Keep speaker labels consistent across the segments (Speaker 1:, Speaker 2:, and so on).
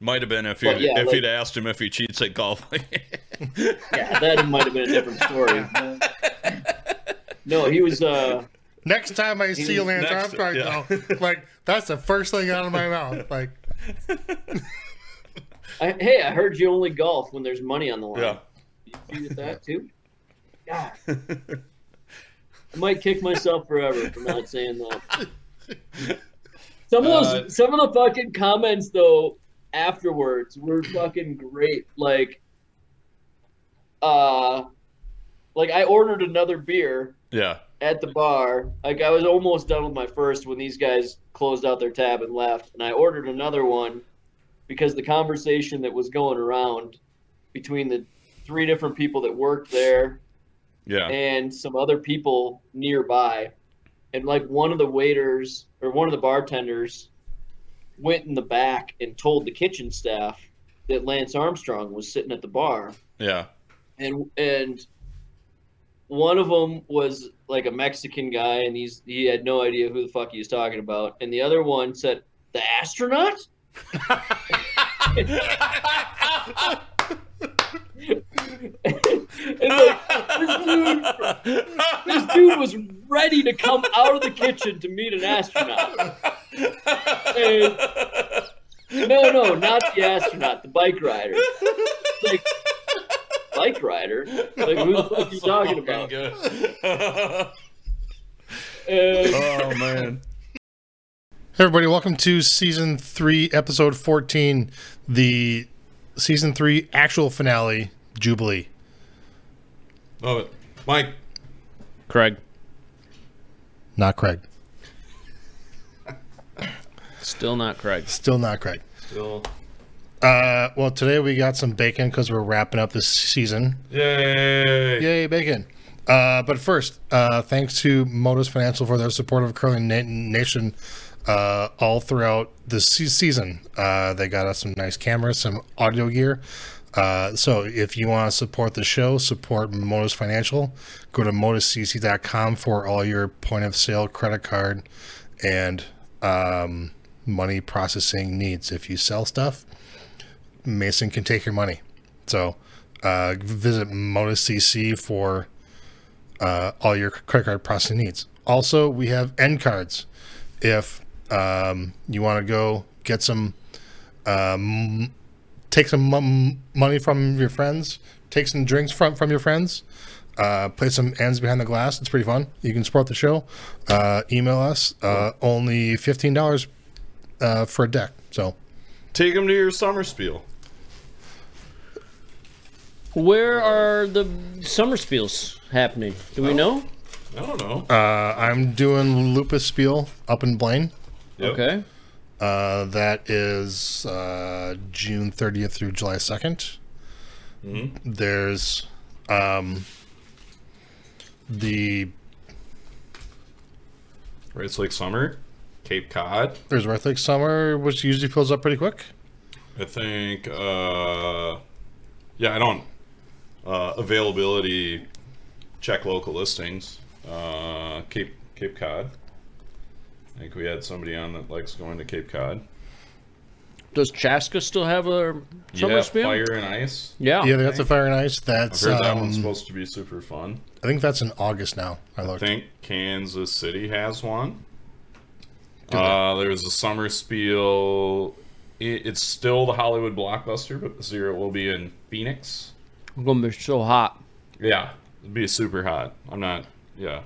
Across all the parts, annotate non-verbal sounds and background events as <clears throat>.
Speaker 1: Might have been if you
Speaker 2: But yeah,
Speaker 1: if
Speaker 2: like-
Speaker 1: you'd asked him if he cheats at
Speaker 3: <laughs>
Speaker 1: golf.
Speaker 2: Yeah, that might have been a different
Speaker 1: <laughs>
Speaker 2: story. No, he was. uh
Speaker 4: Next time I see
Speaker 2: was
Speaker 4: Lance
Speaker 1: next-
Speaker 4: Armstrong,
Speaker 1: yeah.
Speaker 4: though, like that's the first thing out of my mouth. Like,
Speaker 2: I, Hey, I heard you only golf when there's money on the line.
Speaker 1: yeah.
Speaker 2: You agree with that too? God. I might kick myself forever for not saying
Speaker 1: <laughs>
Speaker 2: that. Some of those,
Speaker 1: Uh,
Speaker 2: some of the fucking comments though afterwards were fucking great. Like, uh, like I ordered another beer
Speaker 1: Yeah.
Speaker 2: at the bar. Like I was almost done with my first when these guys closed out their tab and left, and I ordered another one because the conversation that was going around between the three different people that worked there
Speaker 1: Yeah.
Speaker 2: and some other people nearby. And like one of the waiters or one of the bartenders went in the back and told the kitchen staff that Lance Armstrong was sitting at the bar.
Speaker 1: Yeah.
Speaker 2: And and one of them was like a Mexican guy and he's he had no idea who the fuck he was talking about. And the other one said, "The astronaut?" <laughs> and like this dude This dude was ready to come out of the kitchen to meet an astronaut. And- no, no, not the astronaut, the bike rider. Like, bike rider? Like, who the fuck
Speaker 3: <laughs>
Speaker 2: are you talking about? And
Speaker 1: oh man.
Speaker 4: hey, everybody, welcome to season three, episode fourteen, the season three actual finale, Jubilee.
Speaker 3: Love it. Mike,
Speaker 5: Craig.
Speaker 4: Not Craig.
Speaker 5: Still not Craig.
Speaker 4: Still not Craig.
Speaker 3: still.
Speaker 4: Uh, well, today we got some bacon because we're wrapping up this season.
Speaker 3: Yay.
Speaker 4: Yay, bacon! Uh, but first, uh, thanks to Modus Financial for their support of Curling Na- Nation uh, all throughout the se- season. Uh, they got us some nice cameras, some audio gear. Uh, so if you want to support the show, support Modus Financial. Go to moduscc.com for all your point of sale, credit card, and um, money processing needs. If you sell stuff, Mason can take your money. So uh, visit Modus CC for uh, all your credit card processing needs. Also, we have end cards. If um, you want to go get some, um, take some m- money from your friends, take some drinks from from your friends, uh, play some ends behind the glass. It's pretty fun. You can support the show. Uh, email us. Uh, only fifteen dollars uh, for a deck. So
Speaker 3: Take him to your summer spiel.
Speaker 5: Where are the summer spiels happening? Do
Speaker 3: Oh.
Speaker 5: we know?
Speaker 3: I don't know.
Speaker 4: uh, I'm doing Lupus Spiel up in Blaine.
Speaker 3: Yep.
Speaker 5: Okay.
Speaker 4: Uh, that is uh, June 30th through July 2nd. There's um, the
Speaker 3: Race Lake Summer, Cape Cod.
Speaker 4: there's Red Lake Summer, which usually fills up pretty quick.
Speaker 3: I think, uh, yeah, I don't. Uh, availability, check local listings. Uh, Cape Cape Cod. I think we had somebody on that likes going to Cape Cod.
Speaker 5: Does Chaska still have a summer
Speaker 3: yeah,
Speaker 5: spiel?
Speaker 3: fire and ice.
Speaker 5: Yeah.
Speaker 4: yeah, that's a fire and ice.
Speaker 3: I've
Speaker 4: That's
Speaker 3: heard that
Speaker 4: um,
Speaker 3: one's supposed to be super fun.
Speaker 4: I think that's in August now. I
Speaker 3: I
Speaker 4: looked.
Speaker 3: think Kansas City has one.
Speaker 4: Do
Speaker 3: Uh, there's a summer spiel. It, it's still the Hollywood blockbuster, but this year it will be in Phoenix.
Speaker 5: It's gonna be so hot.
Speaker 3: Yeah, it'd be super hot. I'm not. Yeah.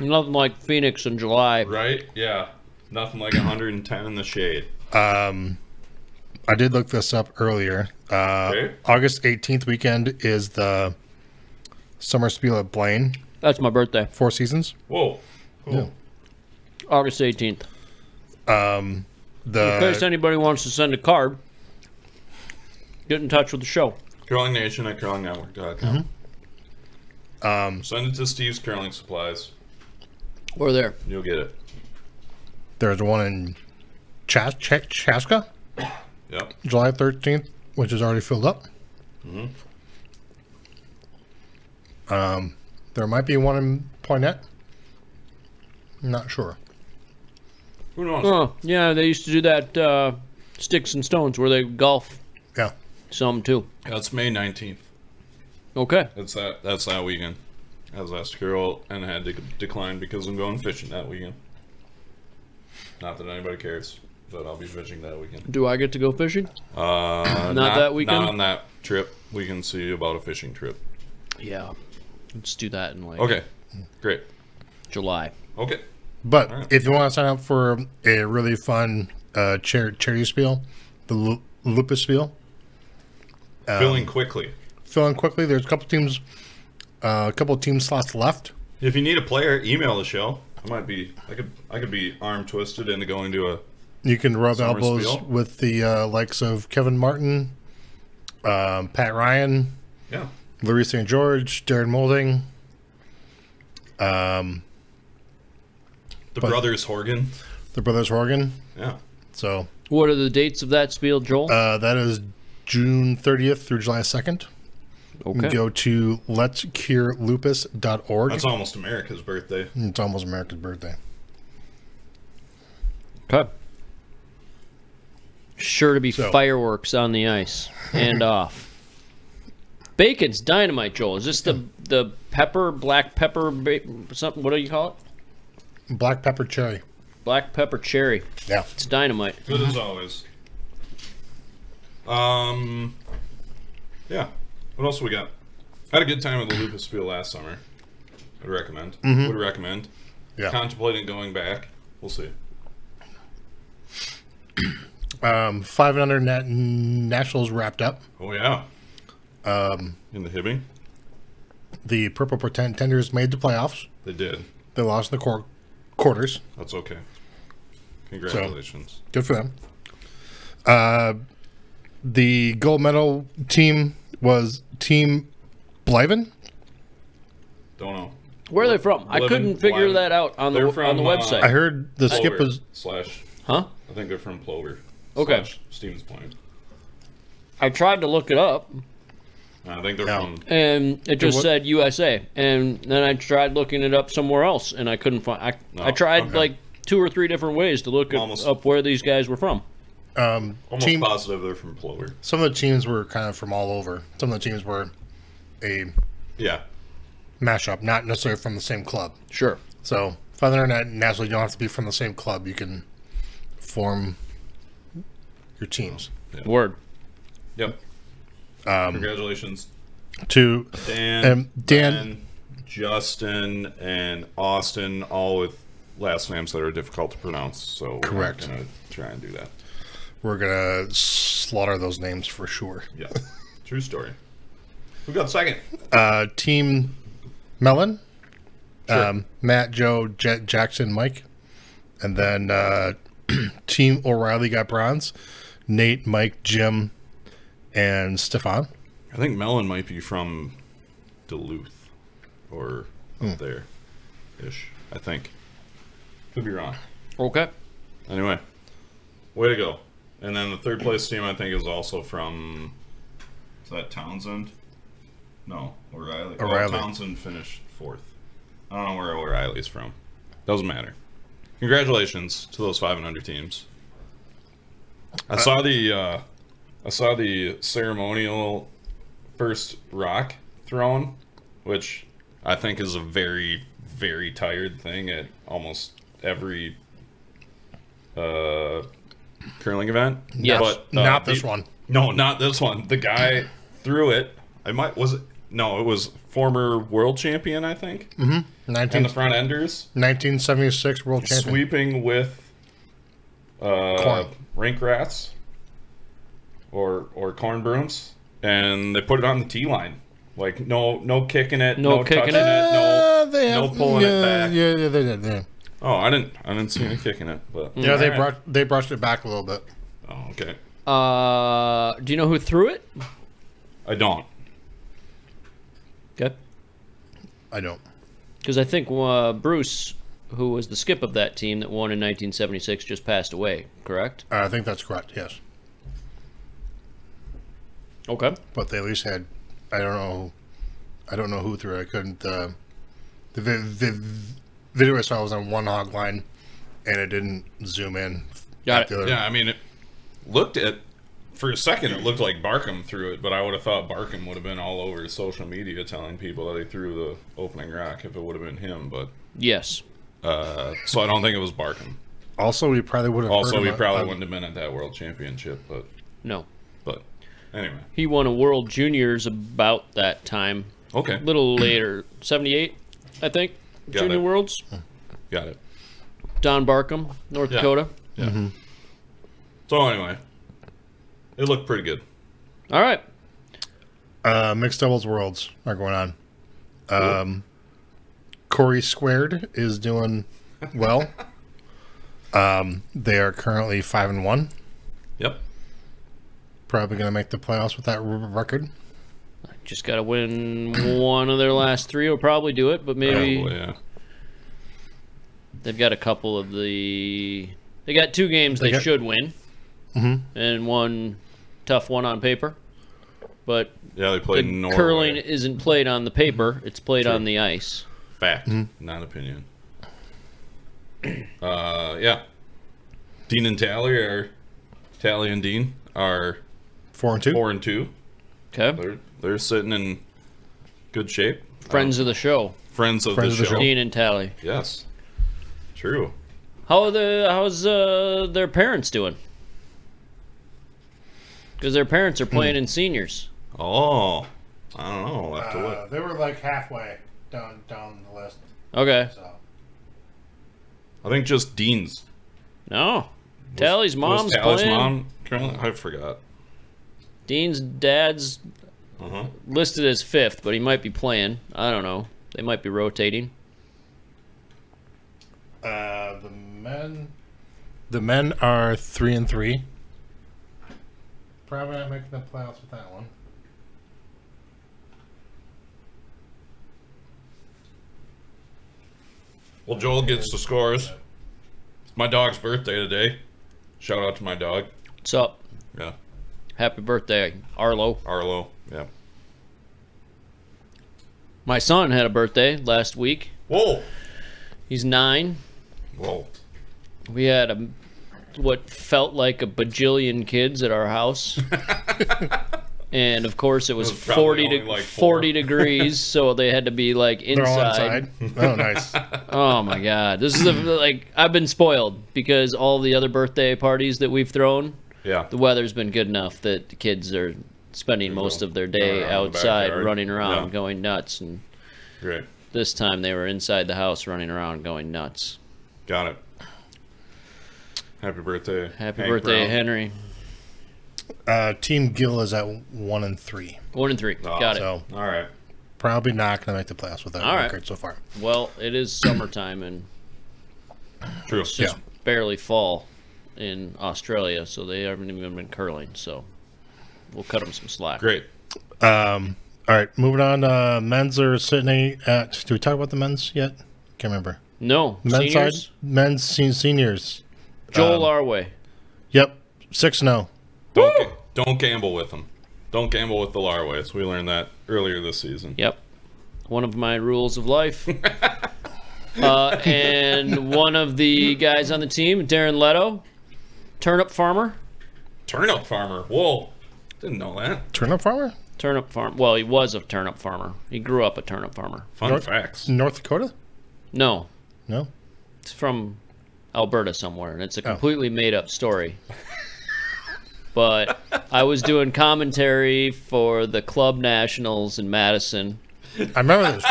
Speaker 5: Nothing like Phoenix in July.
Speaker 3: Right? Yeah. Nothing like 110 in the shade.
Speaker 4: Um, I did look this up earlier. Uh,
Speaker 3: Okay.
Speaker 4: August 18th weekend is the Summer Spiel at Blaine,
Speaker 5: That's my birthday,
Speaker 4: Four Seasons.
Speaker 3: Whoa. Cool.
Speaker 5: August 18th.
Speaker 4: Um, the
Speaker 5: In case anybody wants to send a card, get in touch with the show.
Speaker 3: Curling Nation at curlingnetwork.com. Um, Send it to Steve's Curling Supplies.
Speaker 5: We're there.
Speaker 3: You'll get it.
Speaker 4: There's one in Chas- Ch- Chaska,
Speaker 3: Yep.
Speaker 4: July 13th, which is already filled up.
Speaker 3: Mm-hmm.
Speaker 4: Um, there might be one in Poinette. Not sure.
Speaker 3: Who knows?
Speaker 5: Oh, yeah, they used to do that uh, sticks and uh, stones where they golf
Speaker 4: Yeah.
Speaker 2: Some too.
Speaker 3: That's May nineteenth.
Speaker 2: Okay.
Speaker 3: That's that. That's that weekend. I was asked to Carol and had to decline because I'm going fishing that weekend. Not that anybody cares, but I'll be fishing that weekend.
Speaker 2: Do I get to go fishing?
Speaker 3: Uh, not,
Speaker 2: that weekend?
Speaker 3: Not on that trip. We can see about a fishing trip.
Speaker 2: Yeah. Let's do that in like
Speaker 3: Okay, great.
Speaker 2: July.
Speaker 3: Okay,
Speaker 4: But
Speaker 3: right.
Speaker 4: if you want to sign up for a really fun uh, char- charity spiel, the Lu- Lupus spiel,
Speaker 3: filling quickly.
Speaker 4: fill in quickly. There's a couple teams, uh, a couple team slots left.
Speaker 3: If you need a player, email the show. I might be. I could. I could be arm twisted into going to a.
Speaker 4: You can rub
Speaker 3: Summer
Speaker 4: elbows
Speaker 3: spiel.
Speaker 4: with the uh, likes of Kevin Martin, um, Pat Ryan,
Speaker 3: Yeah.
Speaker 4: Larry St. George, Darren Molding. Um,
Speaker 3: The brothers Horgan.
Speaker 4: the brothers Horgan.
Speaker 3: Yeah.
Speaker 4: So
Speaker 2: What are the dates of that spiel, Joel?
Speaker 4: uh, that is June 30th through July 2nd.
Speaker 2: okay.
Speaker 4: Go to letscurelupus.org.
Speaker 3: That's almost America's birthday.
Speaker 4: It's almost America's birthday.
Speaker 2: Okay. Sure to be
Speaker 4: So-
Speaker 2: fireworks on the ice
Speaker 4: <laughs>
Speaker 2: and off. Bacon's dynamite, Joel. Is this the the pepper, black pepper, ba- something? What do you call it?
Speaker 4: Black pepper cherry.
Speaker 2: Black pepper cherry.
Speaker 4: Yeah.
Speaker 2: It's dynamite.
Speaker 3: Good as always. Um. Yeah. What else we got? Had a good time at the Lupus Spiel last summer. I'd recommend. Would recommend.
Speaker 4: Yeah.
Speaker 3: Contemplating going back. We'll see.
Speaker 4: Um, five and under nat- nationals wrapped up.
Speaker 3: Oh yeah. Um. In the Hibbing,
Speaker 4: The purple pretenders made the playoffs.
Speaker 3: they did.
Speaker 4: They lost in the quar quarters.
Speaker 3: That's okay. Congratulations.
Speaker 4: Good for them. Uh, the gold medal team was Team Bliven.
Speaker 3: Don't know.
Speaker 2: Where are they from? I
Speaker 3: Eleven
Speaker 2: couldn't figure
Speaker 3: Blind.
Speaker 2: that out on the
Speaker 3: They're
Speaker 2: on the
Speaker 3: from, uh,
Speaker 2: website.
Speaker 4: I heard the skip
Speaker 3: Plover
Speaker 4: was
Speaker 3: slash.
Speaker 2: huh?
Speaker 3: I think they're from Plover.
Speaker 2: Okay.
Speaker 3: Slash Stevens Point.
Speaker 2: I tried to look it up,
Speaker 3: I think they're
Speaker 4: Yeah.
Speaker 3: from.
Speaker 2: and it just
Speaker 4: what-
Speaker 2: said USA. And then I tried looking it up somewhere else, and I couldn't find. I,
Speaker 3: No,
Speaker 2: I tried
Speaker 3: okay.
Speaker 2: like two or three different ways to look it-
Speaker 3: Almost.
Speaker 2: up where these guys were from.
Speaker 4: um,
Speaker 3: Almost
Speaker 4: team.
Speaker 3: positive they're from Plover.
Speaker 4: Some of the teams were kind of from all over. Some of the teams were a
Speaker 3: Yeah.
Speaker 4: mashup, not necessarily from the same club.
Speaker 2: Sure.
Speaker 4: So five and under nat- nationals, you don't have to be from the same club. You can form your teams.
Speaker 2: Word.
Speaker 3: Yep.
Speaker 4: Um,
Speaker 3: Congratulations,
Speaker 4: To
Speaker 3: Dan,
Speaker 4: Um, Dan-
Speaker 3: Ben, Justin, and Austin, all with last names that are difficult to pronounce. So we're
Speaker 4: Correct.
Speaker 3: Not gonna try and do that.
Speaker 4: we're gonna slaughter those names for sure.
Speaker 3: Yeah. True story. Who got second?
Speaker 4: Uh, team Melon, um, Matt, Joe, Ja- Jackson, Mike, and then uh, <clears throat> Team O'Reilly got bronze. Nate, Mike, Jim, and Stefan.
Speaker 3: I think Melon might be from Duluth or up there ish. I think. Could be wrong.
Speaker 2: Okay.
Speaker 3: Anyway, way to go. And then the third place team, I think, is also from. Is that Townsend? No, O'Reilly. Oh,
Speaker 4: O'Reilly.
Speaker 3: Townsend finished fourth. I don't know where O'Reilly's from. Doesn't matter. Congratulations to those five and under teams. I saw the uh, I saw the ceremonial first rock thrown, which I think is a very very tired thing at almost every uh, curling event.
Speaker 2: Yes.
Speaker 3: uh,
Speaker 4: Not this
Speaker 3: the-
Speaker 4: one.
Speaker 3: No, not this one. The guy threw it. I might was it? No, it was former world champion, I think, and
Speaker 4: 19,
Speaker 3: the front enders
Speaker 4: 1976 world Mhm. champion.
Speaker 3: sweeping with uh,
Speaker 4: Corn.
Speaker 3: rink rats or or corn brooms, and they put it on the tee line. Like no no kicking it,
Speaker 2: No
Speaker 3: no,
Speaker 2: kicking
Speaker 3: touching it,
Speaker 4: Uh,
Speaker 3: no
Speaker 4: they
Speaker 3: no
Speaker 4: have-
Speaker 3: pulling
Speaker 4: yeah,
Speaker 3: it back.
Speaker 4: Yeah, yeah, they did. Yeah,
Speaker 3: Oh, I didn't I didn't see any kicking it, but
Speaker 4: yeah they
Speaker 3: Alright.
Speaker 4: brushed they brushed it back a little bit.
Speaker 3: Oh, okay,
Speaker 2: Uh, do you know who threw it?
Speaker 3: I don't.
Speaker 2: Okay.
Speaker 4: I don't.
Speaker 2: Because I think uh, Bruce, who was the skip of that team that won in 1976, just passed away. Correct.
Speaker 4: I think that's correct. Yes,
Speaker 2: Okay.
Speaker 4: but they at least had. I don't know. I don't know who threw it. I couldn't. Uh, the vi- vi- video I saw was on one hog line, and it didn't zoom in.
Speaker 2: Got
Speaker 4: at
Speaker 2: it.
Speaker 4: the other-
Speaker 3: Yeah, I mean, it looked at for a second, it looked like Barkham threw it, but I would have thought Barkham would have been all over social media telling people that he threw the opening rock if it would have been him. But
Speaker 2: Yes.
Speaker 3: uh, so I don't think it was Barkham.
Speaker 4: Also, we probably would have.
Speaker 3: Also,
Speaker 4: heard
Speaker 3: we
Speaker 4: about-
Speaker 3: probably
Speaker 4: um,
Speaker 3: wouldn't have been at that world championship, but
Speaker 2: No.
Speaker 3: but anyway,
Speaker 2: He won a World Juniors about that time.
Speaker 3: okay,
Speaker 2: A little <clears throat> later, 78, I think.
Speaker 3: Got
Speaker 2: Junior
Speaker 3: it.
Speaker 2: Worlds.
Speaker 3: got it.
Speaker 2: Don Barkham, North
Speaker 3: Yeah.
Speaker 2: Dakota.
Speaker 3: So anyway, it looked pretty good.
Speaker 2: All right.
Speaker 4: Uh, mixed doubles worlds are going on. Um, Corey Squared is doing well. um, they are currently five and one.
Speaker 3: Yep.
Speaker 4: Probably going to make the playoffs with that r- record.
Speaker 2: Just got to win one of their last three or probably do it, but maybe
Speaker 3: Probably, yeah.
Speaker 2: they've got a couple of the. They got two games they,
Speaker 4: They got-
Speaker 2: should win and one tough one on paper. But
Speaker 3: Yeah, they played
Speaker 2: the
Speaker 3: Norway.
Speaker 2: curling isn't played on the paper, it's played on the ice.
Speaker 3: Fact, not opinion. Uh, yeah. Dean and Tally are Tally and Dean are
Speaker 4: Four and two.
Speaker 3: four and two.
Speaker 2: Okay?
Speaker 3: They're they're sitting in good shape.
Speaker 2: Friends of the show,
Speaker 3: Friends of
Speaker 4: Friends
Speaker 3: the
Speaker 4: of the
Speaker 3: show.
Speaker 2: Dean and Tally.
Speaker 3: Yes. True.
Speaker 2: How are the how's uh, their parents doing? Because their parents are playing in seniors.
Speaker 3: Oh. I don't know. I'll have to
Speaker 2: Uh,
Speaker 3: look.
Speaker 4: Uh, they were like halfway down down the list.
Speaker 2: Okay.
Speaker 4: So
Speaker 3: I think just Dean's.
Speaker 2: No. Tally's
Speaker 3: Was
Speaker 2: mom's
Speaker 3: Tally's
Speaker 2: playing.
Speaker 3: mom currently? I forgot.
Speaker 2: Dean's dad's
Speaker 3: Uh-huh.
Speaker 2: listed as fifth, but he might be playing. I don't know. They might be rotating.
Speaker 4: uh, the men. The men are three and three. Probably not making the playoffs with that one.
Speaker 3: Well, Joel gets the scores. It's my dog's birthday today. Shout out to my dog.
Speaker 2: What's up?
Speaker 3: Yeah.
Speaker 2: Happy birthday, Arlo.
Speaker 3: Arlo. Yeah.
Speaker 2: My son had a birthday last week.
Speaker 3: Whoa.
Speaker 2: He's nine.
Speaker 3: Whoa.
Speaker 2: We had a what felt like a bajillion kids at
Speaker 3: <laughs>
Speaker 2: our house. and of course it was,
Speaker 3: was probably
Speaker 2: 40
Speaker 3: only
Speaker 2: to
Speaker 3: like four.
Speaker 2: 40 degrees, so they had to be like
Speaker 4: They're all
Speaker 2: inside.
Speaker 4: inside. Oh, nice.
Speaker 2: Oh my god. This is the, like I've been spoiled because all the other birthday parties that we've thrown,
Speaker 3: Yeah.
Speaker 2: the weather's been good enough that the kids are spending most of their
Speaker 3: Running
Speaker 2: day
Speaker 3: around in the
Speaker 2: outside
Speaker 3: backyard.
Speaker 2: running around
Speaker 3: Yeah.
Speaker 2: going nuts and
Speaker 3: Great.
Speaker 2: this time they were inside the house running around going nuts.
Speaker 3: Got it. Happy birthday.
Speaker 2: Happy
Speaker 3: Hank
Speaker 2: birthday,
Speaker 3: Brown.
Speaker 2: Henry.
Speaker 4: Uh, Team Gill is at one and three,
Speaker 2: One and three.
Speaker 3: Oh,
Speaker 2: Got it.
Speaker 4: so
Speaker 3: All right.
Speaker 4: probably not going to make the playoffs with that
Speaker 2: All right.
Speaker 4: record so far.
Speaker 2: Well, it is summertime and
Speaker 3: True.
Speaker 2: it's just barely fall in Australia, so they haven't even been curling. So we'll cut them some slack.
Speaker 3: Great.
Speaker 4: Um, all right, moving on. Uh, men's are sitting at. Do we talk about the men's yet? Can't remember.
Speaker 2: No,
Speaker 4: Men's side,
Speaker 2: seniors.
Speaker 4: men's sen- seniors.
Speaker 2: Joel
Speaker 3: Um,
Speaker 2: Arway.
Speaker 4: Yep, six and oh. zero.
Speaker 3: Don't, ga- don't gamble with them. Don't gamble with the Larways. We learned that earlier this season.
Speaker 2: Yep, one of my rules of life. uh, and one of the guys on the team, Darren Leto, turnip farmer.
Speaker 3: Turnip farmer. Whoa. Didn't know that.
Speaker 4: Turnip farmer,
Speaker 2: Turnip farm. Well, he was a turnip farmer. He grew up a turnip farmer.
Speaker 3: Fun
Speaker 4: North-
Speaker 3: facts.
Speaker 4: North Dakota.
Speaker 2: No,
Speaker 4: No,
Speaker 2: it's from Alberta somewhere, and it's a completely made up story. but I was doing commentary for the club nationals in Madison,
Speaker 4: I remember this.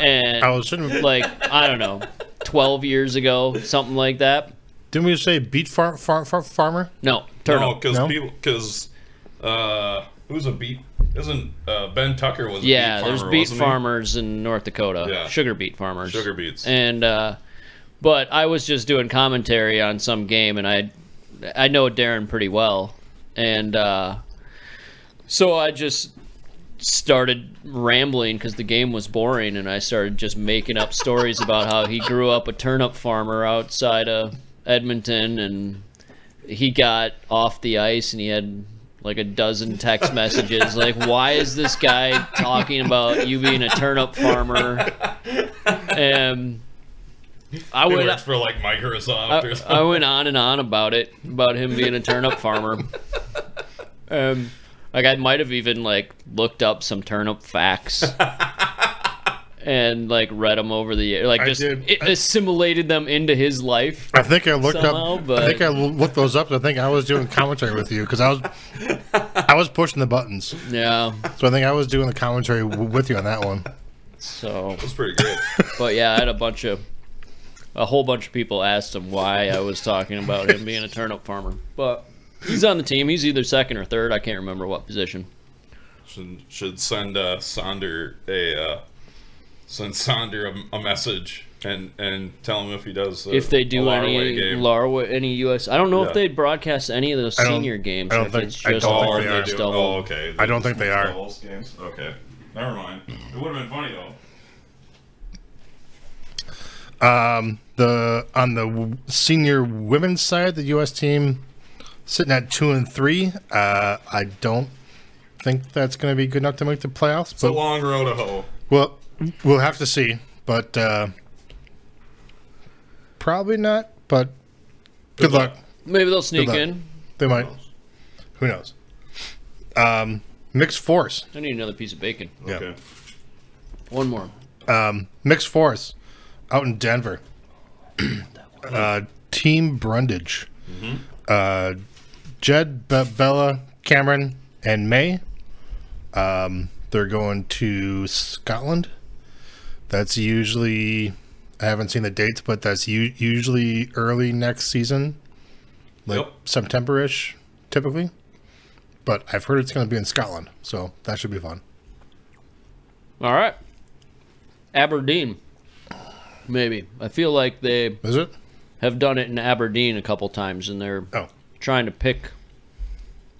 Speaker 2: and
Speaker 4: I was shouldn't like.
Speaker 2: like I don't know, twelve years ago, something like that.
Speaker 4: Didn't we say beat far, far, far, farmer?
Speaker 2: No,
Speaker 3: No,
Speaker 2: turnip.
Speaker 3: because
Speaker 4: No?
Speaker 3: people, because uh, who's a beat? Isn't uh, Ben Tucker was a
Speaker 2: yeah,
Speaker 3: beet
Speaker 2: there's
Speaker 3: farmer,
Speaker 2: beet
Speaker 3: wasn't he?
Speaker 2: farmers in North Dakota,
Speaker 3: Yeah.
Speaker 2: sugar beet farmers,
Speaker 3: Sugar beets.
Speaker 2: and uh, but I was just doing commentary on some game, and I I know Darren pretty well, and uh, so I just started rambling because the game was boring, and I started just making up stories about how he grew up a turnip farmer outside of Edmonton, and he got off the ice and he had like a dozen text messages like why is this guy talking about you being a turnip farmer and i
Speaker 3: He
Speaker 2: would
Speaker 3: works for like Microsoft or
Speaker 2: I,
Speaker 3: something. <laughs>
Speaker 2: I went on and on about it about him being a turnip farmer Um, like I might have even like looked up some turnip
Speaker 4: <laughs>
Speaker 2: facts and like read them over the year, like
Speaker 4: I
Speaker 2: just
Speaker 4: did.
Speaker 2: i- assimilated them into his
Speaker 4: <laughs>
Speaker 2: life.
Speaker 4: I think I looked
Speaker 2: Somehow,
Speaker 4: up.
Speaker 2: but-
Speaker 4: I think I l- looked those up. I think I was doing commentary with you because I was, I was pushing the buttons.
Speaker 2: Yeah.
Speaker 4: So I think I was doing the commentary w- with you on that one.
Speaker 2: So,
Speaker 3: That's pretty great.
Speaker 2: but yeah, I had a bunch of a whole bunch of people asked him why I was talking about him being a turnip farmer, but he's on the team. He's either second or third. I can't remember what position.
Speaker 3: should, should send uh, Sonder a uh, send Sonder a, a message and and tell him if he does. uh,
Speaker 2: if they
Speaker 3: a
Speaker 2: do
Speaker 3: Laraway
Speaker 2: any
Speaker 3: game.
Speaker 2: Larwa, any US, I don't know
Speaker 3: Yeah.
Speaker 2: if they broadcast any of those
Speaker 4: I don't-
Speaker 2: senior games.
Speaker 4: I don't
Speaker 2: if
Speaker 4: think-
Speaker 2: it's
Speaker 4: I
Speaker 2: just
Speaker 4: don't think
Speaker 2: all
Speaker 4: they
Speaker 2: the
Speaker 4: are.
Speaker 2: double.
Speaker 3: Oh, okay.
Speaker 4: I don't think they are.
Speaker 3: Doubles Games? Okay. Never mind. It would have been funny though.
Speaker 4: Um, the on the w- senior women's side, the U.S. team sitting at two and three. Uh, I don't think that's going to be good enough to make the playoffs. But
Speaker 3: It's a long road to hoe.
Speaker 4: Well, we'll have to see, but uh, probably not. But good, luck.
Speaker 2: Maybe they'll sneak
Speaker 4: luck.
Speaker 2: in.
Speaker 4: They might. Who knows? Um, mixed force.
Speaker 2: I need another piece of bacon.
Speaker 4: Yeah.
Speaker 3: Okay.
Speaker 2: One more.
Speaker 4: Mixed force out in Denver. <clears throat> uh, Team Brundage. Uh, Jed, Be- Bella, Cameron, and May. Um, they're going to Scotland. That's usually, I haven't seen the dates, but that's u- usually early next season, like
Speaker 3: Yep.
Speaker 4: September ish, typically. But I've heard it's going to be in Scotland, so that should be fun.
Speaker 2: All right. Aberdeen. Maybe. I feel like they
Speaker 4: Is it?
Speaker 2: have done it in Aberdeen a couple times and they're
Speaker 4: Oh,
Speaker 2: trying to pick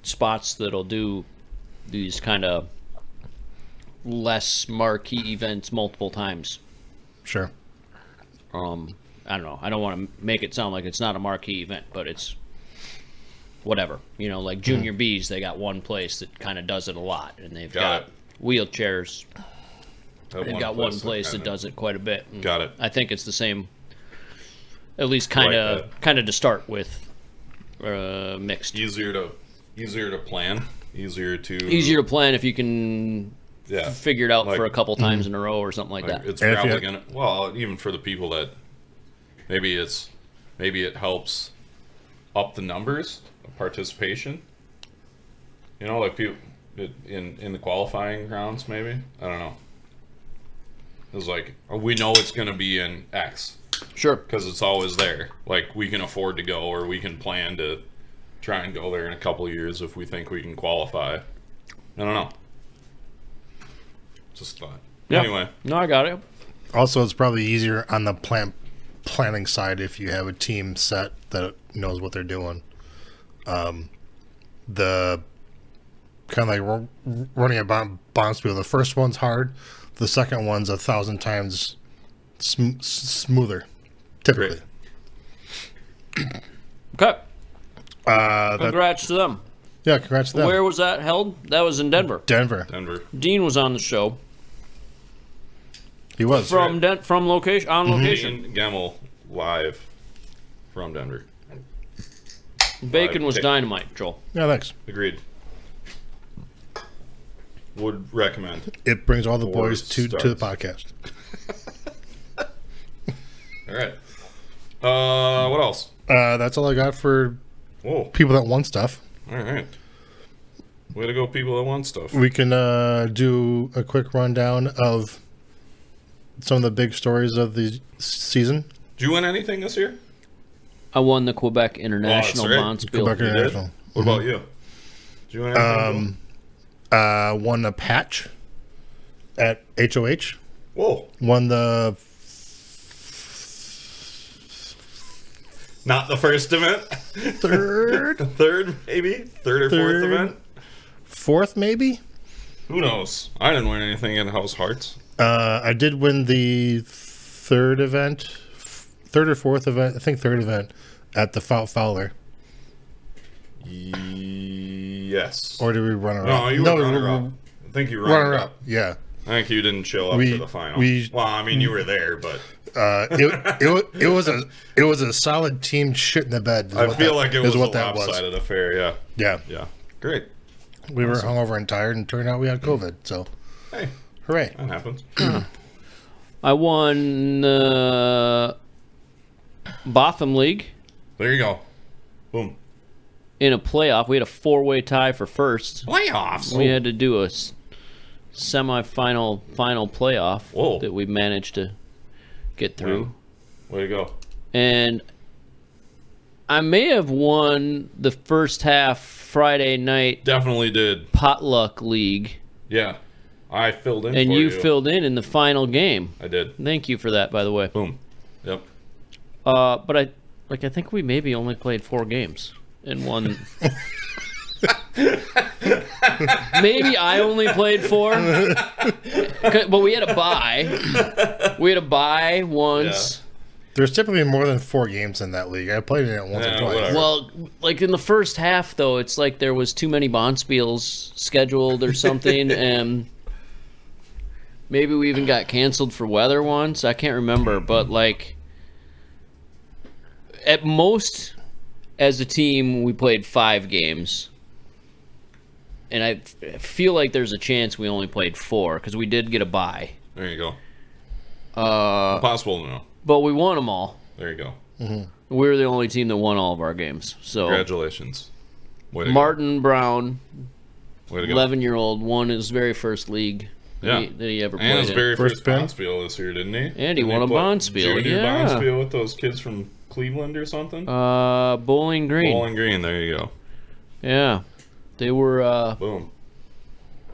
Speaker 2: spots that'll do these kind of less marquee events multiple times.
Speaker 4: sure.
Speaker 2: um i don't know i don't want to make it sound like it's not a marquee event but it's whatever you know like junior
Speaker 3: Mm.
Speaker 2: b's they got one place that kind of does it a lot and they've
Speaker 3: Got
Speaker 2: got,
Speaker 3: it.
Speaker 2: wheelchairs
Speaker 3: That
Speaker 2: they've got one place that
Speaker 3: kinda-
Speaker 2: does it quite a bit and
Speaker 3: Got it.
Speaker 2: i think it's the same at least kind of
Speaker 3: that.
Speaker 2: kind of to start with uh mixed
Speaker 3: Easier to easier to plan. Easier to
Speaker 2: easier to plan if you can
Speaker 3: Yeah.
Speaker 2: figure it out
Speaker 3: Like- mm.
Speaker 2: for a couple times in a row or something like,
Speaker 3: Like,
Speaker 2: that
Speaker 3: it's
Speaker 4: And if
Speaker 3: probably
Speaker 4: you-
Speaker 3: gonna well even for the people that maybe it's maybe it helps up the numbers of participation you know like people in in the qualifying rounds maybe i don't know it's like we know it's going to be in x
Speaker 2: sure
Speaker 3: because it's always there like we can afford to go or we can plan to try and go there in a couple of years if we think we can qualify i don't know just thought
Speaker 2: Yeah.
Speaker 3: anyway
Speaker 2: no i got it
Speaker 4: Also, it's probably easier on the plant planning side if you have a team set that knows what they're doing. Um, the kind of like ru- running a bomb, bomb spiel. The first one's hard. The second one's a thousand times sm- s- smoother, typically.
Speaker 3: Great.
Speaker 2: okay
Speaker 4: Uh, that,
Speaker 2: congrats to them
Speaker 4: yeah, congrats to them.
Speaker 2: where was that held that was in denver
Speaker 4: Denver.
Speaker 3: denver
Speaker 2: Dean was on the show
Speaker 4: He was.
Speaker 2: from Den- from location on location.
Speaker 3: Dean Gemmel live from Denver.
Speaker 2: Bacon was
Speaker 3: Right.
Speaker 2: dynamite, Joel.
Speaker 4: Yeah, thanks.
Speaker 3: Agreed. Would recommend.
Speaker 4: It brings all the
Speaker 3: Four
Speaker 4: boys to, to the
Speaker 3: stars.
Speaker 4: podcast.
Speaker 3: All right. Uh, what else?
Speaker 4: Uh, that's all I got for
Speaker 3: Whoa.
Speaker 4: people that want stuff.
Speaker 3: All right. Way to go, people that want stuff.
Speaker 4: we can uh, do a quick rundown of some of the big stories of the s- season.
Speaker 3: Did you win anything this year?
Speaker 2: I won the Quebec International
Speaker 3: Oh, that's right.
Speaker 2: Bonds
Speaker 4: Go
Speaker 2: Bill.
Speaker 4: back
Speaker 3: did?
Speaker 4: International.
Speaker 3: What about you? Did you win anything?
Speaker 4: Mm-hmm. Um, uh, won a patch at HOH.
Speaker 3: Whoa.
Speaker 4: Won the
Speaker 3: Not the first event. <laughs>
Speaker 4: third,
Speaker 3: Third, maybe? Third or
Speaker 4: Third.
Speaker 3: fourth event?
Speaker 4: fourth, maybe.
Speaker 3: Who knows? I didn't win anything in House Hearts.
Speaker 4: Uh, I did win the third event, f- third or fourth event. I think third event at the Fout Fowler.
Speaker 3: Yes.
Speaker 4: Or did we run her
Speaker 3: no,
Speaker 4: up?
Speaker 3: you were runner
Speaker 4: we-
Speaker 3: up. I think you
Speaker 4: Runner
Speaker 3: runner up.
Speaker 4: up. Yeah.
Speaker 3: I think you didn't show up
Speaker 4: We-
Speaker 3: to the final.
Speaker 4: we-
Speaker 3: well, I mean, you were there, but
Speaker 4: Uh, it, it, wa- it was a it was a solid team shit in the bed. is
Speaker 3: I
Speaker 4: what
Speaker 3: feel
Speaker 4: that-
Speaker 3: like it
Speaker 4: is
Speaker 3: was a lopsided affair. Yeah,
Speaker 4: Yeah.
Speaker 3: yeah, great.
Speaker 4: We were hungover and tired, and turned out we had COVID. So,
Speaker 3: Hey,
Speaker 4: hooray!
Speaker 3: that
Speaker 2: <clears throat>
Speaker 3: happens.
Speaker 2: I won uh, Botham League
Speaker 3: there you go. Boom.
Speaker 2: in a playoff. We had a four-way tie for first.
Speaker 3: Playoffs.
Speaker 2: We had to do a s- semi-final final playoff
Speaker 3: Whoa.
Speaker 2: that we managed to get through.
Speaker 3: Way to go.
Speaker 2: and I may have won the first half Friday night
Speaker 3: Definitely did.
Speaker 2: potluck league,
Speaker 3: Yeah. I filled in
Speaker 2: and
Speaker 3: for
Speaker 2: you,
Speaker 3: you.
Speaker 2: filled in in the final game.
Speaker 3: I did.
Speaker 2: Thank you for that, by the way.
Speaker 3: Boom. Yep.
Speaker 2: Uh, but I like I think we maybe only played four games and
Speaker 3: <laughs>
Speaker 2: won. maybe I only played
Speaker 3: <laughs>
Speaker 2: four, 'Cause- but we had a buy. We had a buy once.
Speaker 4: There's typically more than four games in that league. I played in it once
Speaker 3: Yeah,
Speaker 4: or twice.
Speaker 3: whatever.
Speaker 2: Well, like in the first half, though, it's like there was too many Bonspiels scheduled or something, and maybe we even got canceled for weather once. I can't remember, but like at most, as a team, we played five games, and I f- feel like there's a chance we only played four because we did get a bye,
Speaker 3: There you go. Uh, Impossible to know.
Speaker 2: but we won them all.
Speaker 3: There you go.
Speaker 2: We were the only team that won all of our games. So
Speaker 3: Congratulations. Way to
Speaker 2: Martin Brown.
Speaker 3: go. Way to go.
Speaker 2: eleven year old won his very first league
Speaker 3: Yeah.
Speaker 2: that, he, that he ever
Speaker 3: And
Speaker 2: played.
Speaker 3: his
Speaker 2: in.
Speaker 3: very
Speaker 4: First
Speaker 3: first,
Speaker 4: pin.
Speaker 3: Bonspiel this year, didn't he?
Speaker 2: And he won a
Speaker 3: played
Speaker 2: Bonspiel,
Speaker 3: Junior
Speaker 2: yeah.
Speaker 3: Bonspiel with those kids from Cleveland or something.
Speaker 2: uh, Bowling Green.
Speaker 3: Bowling Green. There you go.
Speaker 2: Yeah, they were uh,
Speaker 3: Boom.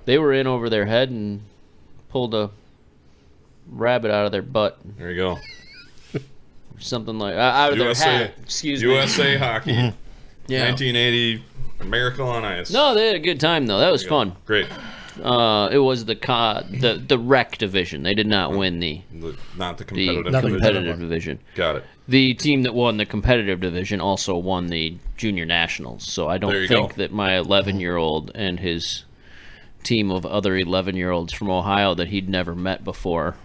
Speaker 2: they were in over their head and pulled a rabbit out of their butt,
Speaker 3: There you go.
Speaker 2: or something like uh, out of
Speaker 3: USA
Speaker 2: their hat. Excuse me.
Speaker 3: USA hockey.
Speaker 4: Mm-hmm.
Speaker 2: Yeah.
Speaker 3: 1980 Miracle on Ice.
Speaker 2: No, they had a good time though. That was
Speaker 3: There you go.
Speaker 2: fun.
Speaker 3: Great.
Speaker 2: Uh, it was the co- the the rec division. They did not win the
Speaker 3: The- not the
Speaker 2: the
Speaker 3: competitive. division.
Speaker 4: Not competitive
Speaker 2: competitive
Speaker 4: one.
Speaker 2: division.
Speaker 3: Got it.
Speaker 2: the team that won the competitive division also won the junior nationals. So I
Speaker 3: There
Speaker 2: don't
Speaker 3: you
Speaker 2: think
Speaker 3: go.
Speaker 2: that my 11 year old and his team of other 11 year olds from Ohio that he'd never met before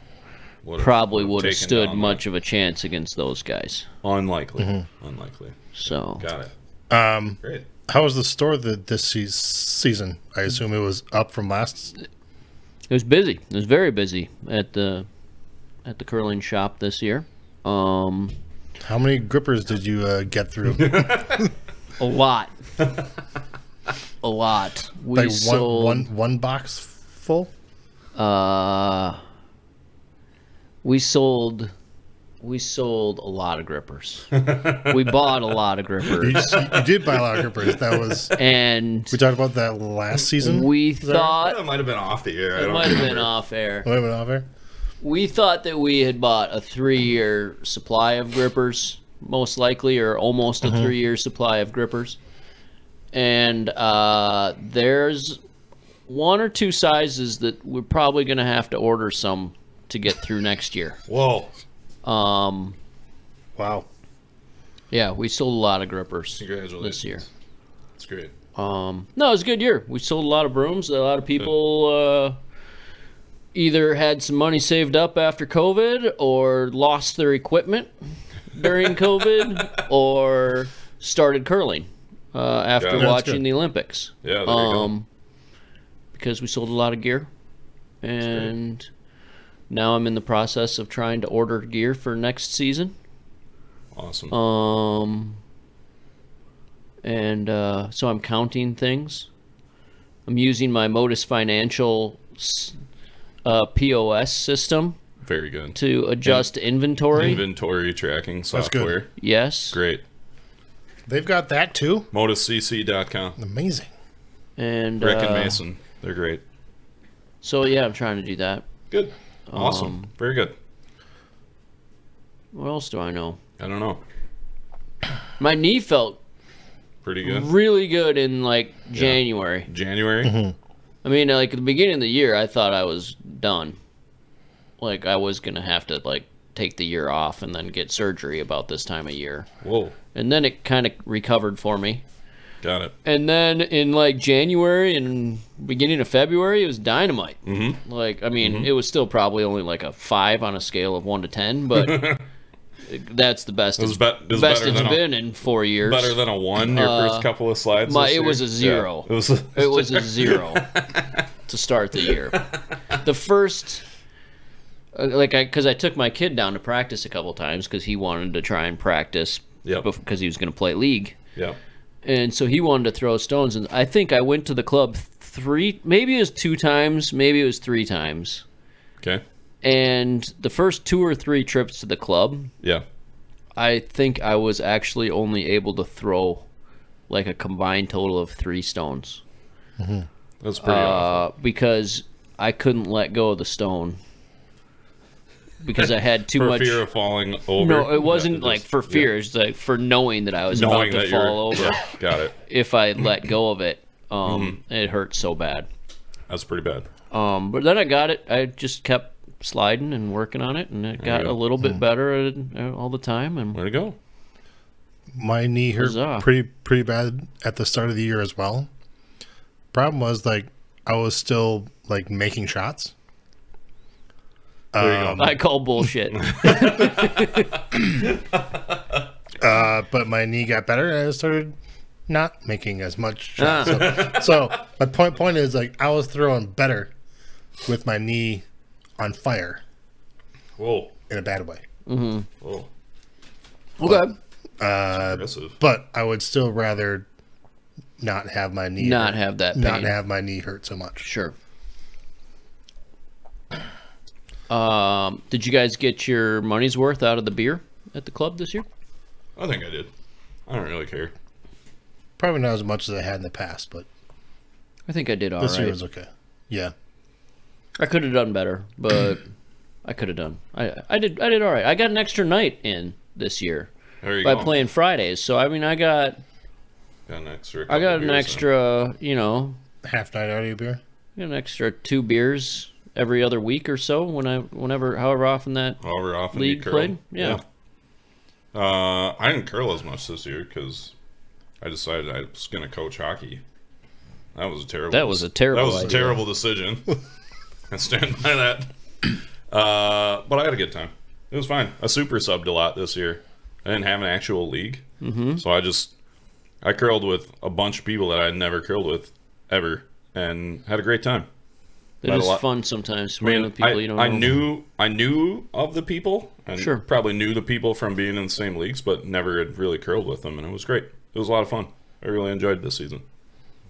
Speaker 3: Would've-
Speaker 2: probably
Speaker 3: would've
Speaker 2: would have
Speaker 3: taken
Speaker 2: stood
Speaker 3: down
Speaker 2: much of a chance against those guys.
Speaker 3: that. Unlikely. Unlikely.
Speaker 2: So
Speaker 3: Got it. Um, Great.
Speaker 4: How was the store the, this se- season? I assume it was up from last.
Speaker 2: it was busy. It was very busy at the at the curling shop this year. Um,
Speaker 4: How many grippers did you uh, get through?
Speaker 2: a
Speaker 4: <laughs>
Speaker 2: lot. a lot. We
Speaker 4: like one,
Speaker 2: sold
Speaker 4: one, one box full?
Speaker 2: Uh, we sold, we sold a lot of grippers. we bought a lot of
Speaker 4: You,
Speaker 2: grippers,
Speaker 4: just, you did buy a lot of grippers. That was
Speaker 2: and
Speaker 4: we talked about that last season.
Speaker 2: we
Speaker 4: that right?
Speaker 2: thought
Speaker 3: That might have been off the air. I
Speaker 2: Uh, it
Speaker 3: don't
Speaker 2: might have been
Speaker 3: remember.
Speaker 2: off air.
Speaker 4: Wait a minute, off air.
Speaker 2: We thought that we had bought a three-year supply of grippers, most likely, or almost a three-year supply of grippers. And uh, there's one or two sizes that we're probably going to have to order some to get through next year.
Speaker 3: Whoa.
Speaker 2: Um,
Speaker 4: Wow.
Speaker 2: Yeah, we sold a lot of grippers
Speaker 3: Congratulations.
Speaker 2: this year.
Speaker 3: That's great.
Speaker 2: Um, no, it was a good year. We sold a lot of brooms. A lot of people uh, either had some money saved up after COVID or lost their equipment
Speaker 3: <laughs>
Speaker 2: during COVID or started curling uh, after
Speaker 3: Yeah, that's
Speaker 2: watching
Speaker 4: good.
Speaker 2: the Olympics.
Speaker 3: Yeah, there you
Speaker 2: Um, because we sold a lot of gear. And now I'm in the process of trying to order gear for next season.
Speaker 3: go. Awesome.
Speaker 2: Um, and uh, so I'm counting things. I'm using my Modus Financial s- uh, POS system
Speaker 3: Very good.
Speaker 2: to adjust inventory.
Speaker 3: Inventory tracking
Speaker 4: good.
Speaker 3: software.
Speaker 2: yes,
Speaker 3: Great.
Speaker 4: They've got that too.
Speaker 3: MotusCC.com.
Speaker 4: Amazing.
Speaker 2: and
Speaker 3: Rick and
Speaker 2: uh,
Speaker 3: Mason. They're great.
Speaker 2: So yeah, I'm trying to do that.
Speaker 3: Good. Awesome.
Speaker 2: um,
Speaker 3: Very good.
Speaker 2: What else do I know?
Speaker 3: I don't know.
Speaker 2: My knee felt
Speaker 3: Pretty good.
Speaker 2: really good in like January.
Speaker 3: January.
Speaker 2: I mean, uh, like at the beginning of the year, I thought I was done. Like I was gonna have to like take the year off and then get surgery about this time of year.
Speaker 3: Whoa.
Speaker 2: and then it kind of recovered for me.
Speaker 3: Got it.
Speaker 2: And then in like January and beginning of February, it was dynamite.
Speaker 3: Mm-hmm. <laughs>
Speaker 2: Mm-hmm. Like, I mean, it was still probably only like a five on a scale of one to ten, but That's the best.
Speaker 3: was
Speaker 2: it's-
Speaker 3: bet- it was
Speaker 2: best
Speaker 3: better
Speaker 2: it's
Speaker 3: than a-
Speaker 2: been in four years.
Speaker 3: Better than a one, your first couple of slides.
Speaker 2: uh, my-
Speaker 3: this
Speaker 2: it
Speaker 3: year?
Speaker 2: was a zero.
Speaker 3: Yeah, it was. A, <laughs>
Speaker 2: it was a zero to start the year. The first, uh, like I, because I took my kid down to practice a couple times because he wanted to try and practice
Speaker 3: Yep.
Speaker 2: because he was going to play league,
Speaker 3: yeah.
Speaker 2: and so he wanted to throw stones. And I think I went to the club three, maybe it was two times, maybe it was three times.
Speaker 3: Okay.
Speaker 2: And the first two or three trips to the club,
Speaker 3: Yeah.
Speaker 2: I think I was actually only able to throw like a combined total of three stones.
Speaker 3: That's pretty awful.
Speaker 2: uh, because I couldn't let go of the stone because I had
Speaker 3: <laughs>
Speaker 2: too
Speaker 3: For
Speaker 2: much.
Speaker 3: fear of falling over.
Speaker 2: no,
Speaker 3: Yeah,
Speaker 2: it wasn't like
Speaker 3: just-
Speaker 2: for
Speaker 3: yeah.
Speaker 2: fear. It's like for knowing that I was
Speaker 3: Knowing
Speaker 2: about
Speaker 3: that
Speaker 2: to fall
Speaker 3: you're
Speaker 2: over
Speaker 3: yeah, Mm-hmm. got it.
Speaker 2: if I let go of it. Um, it hurt so bad.
Speaker 3: That's pretty bad.
Speaker 2: Um, but then I got it. I just kept sliding and working on it, and it
Speaker 3: you
Speaker 2: got
Speaker 3: go.
Speaker 2: a little
Speaker 4: Hmm.
Speaker 2: bit better at, uh, all the
Speaker 3: <laughs>
Speaker 2: time. And
Speaker 3: Way to go.
Speaker 4: my knee hurt
Speaker 2: Huzzah.
Speaker 4: pretty pretty bad at the start of the year as well. Problem was like I was still like making shots.
Speaker 3: There you go.
Speaker 2: I call
Speaker 4: <laughs>
Speaker 2: bullshit.
Speaker 4: Uh, but my knee got better and I started not making as much
Speaker 2: Ah. <laughs>
Speaker 4: shots. So, so my point point is like I was throwing better with my knee on fire
Speaker 3: Whoa.
Speaker 4: in a bad way.
Speaker 3: Whoa.
Speaker 2: okay.
Speaker 3: Aggressive.
Speaker 4: But I would still rather not have my knee
Speaker 2: Not
Speaker 4: hurt-
Speaker 2: have that pain.
Speaker 4: not have my knee hurt so much.
Speaker 2: Sure. Um, did you guys get your money's worth out of the beer at the club this year?
Speaker 3: I think I did. I don't really care.
Speaker 4: Probably not as much as I had in the past, but
Speaker 2: I think I did all
Speaker 4: this
Speaker 2: right.
Speaker 4: year was okay. Yeah.
Speaker 2: I could have done better,
Speaker 4: <clears throat>
Speaker 2: but I could have done. I I did I did all right. I got an extra night in this year
Speaker 3: There you
Speaker 2: by
Speaker 3: go.
Speaker 2: playing Fridays. So I mean, I got
Speaker 3: Got an extra.
Speaker 2: I got
Speaker 3: couple
Speaker 2: an
Speaker 3: beers in.
Speaker 2: extra, you know,
Speaker 4: half night audio beer.
Speaker 2: an extra two beers every other week or so when I whenever however often that
Speaker 3: However often you
Speaker 2: league
Speaker 3: curl.
Speaker 2: played. Yeah.
Speaker 3: Yeah. Uh, I didn't curl as much this year because I decided I was going to coach hockey. That was a terrible.
Speaker 2: That was a terrible
Speaker 3: That was a
Speaker 2: idea.
Speaker 3: terrible decision. <laughs> I stand by that. Uh, but I had a good time. It was fine. I super subbed a lot this year. I didn't have an actual league, mm-hmm. so I just I curled with a bunch of people that I would never curled with ever, and had a great time.
Speaker 2: It
Speaker 3: Not a
Speaker 2: is
Speaker 3: lot.
Speaker 2: fun sometimes
Speaker 3: I
Speaker 2: playing
Speaker 3: mean,
Speaker 2: with people
Speaker 3: I,
Speaker 2: you don't
Speaker 3: I
Speaker 2: know.
Speaker 3: knew I knew of the people and
Speaker 2: Sure.
Speaker 3: probably knew the people from being in the same leagues, but never had really curled with them, and it was great. It was a lot of fun. I really enjoyed this season.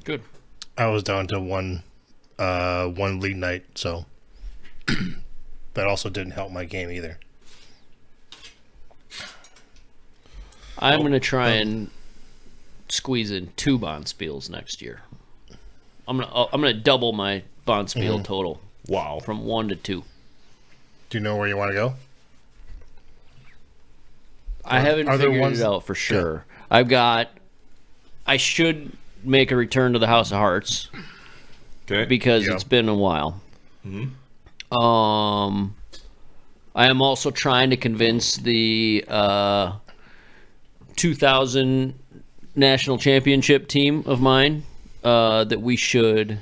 Speaker 2: Good.
Speaker 4: I was down to one uh one lead night, so <clears throat> that also didn't help my game either.
Speaker 2: I'm gonna try
Speaker 3: Oh.
Speaker 2: and squeeze in two Bonspiels next year. I'm gonna I'm gonna double my Bonspiel
Speaker 4: Mm-hmm.
Speaker 2: total
Speaker 3: Wow.
Speaker 2: from one to two.
Speaker 4: Do you know where you want to go?
Speaker 2: I haven't
Speaker 4: are there
Speaker 2: figured
Speaker 4: ones-
Speaker 2: it out for sure. I've got. I should make a return to the House of Hearts
Speaker 3: Okay.
Speaker 2: because
Speaker 4: Yeah.
Speaker 2: it's been a while.
Speaker 3: Mm-hmm.
Speaker 2: Um, I am also trying to convince the uh, 2000 national championship team of mine uh, that we should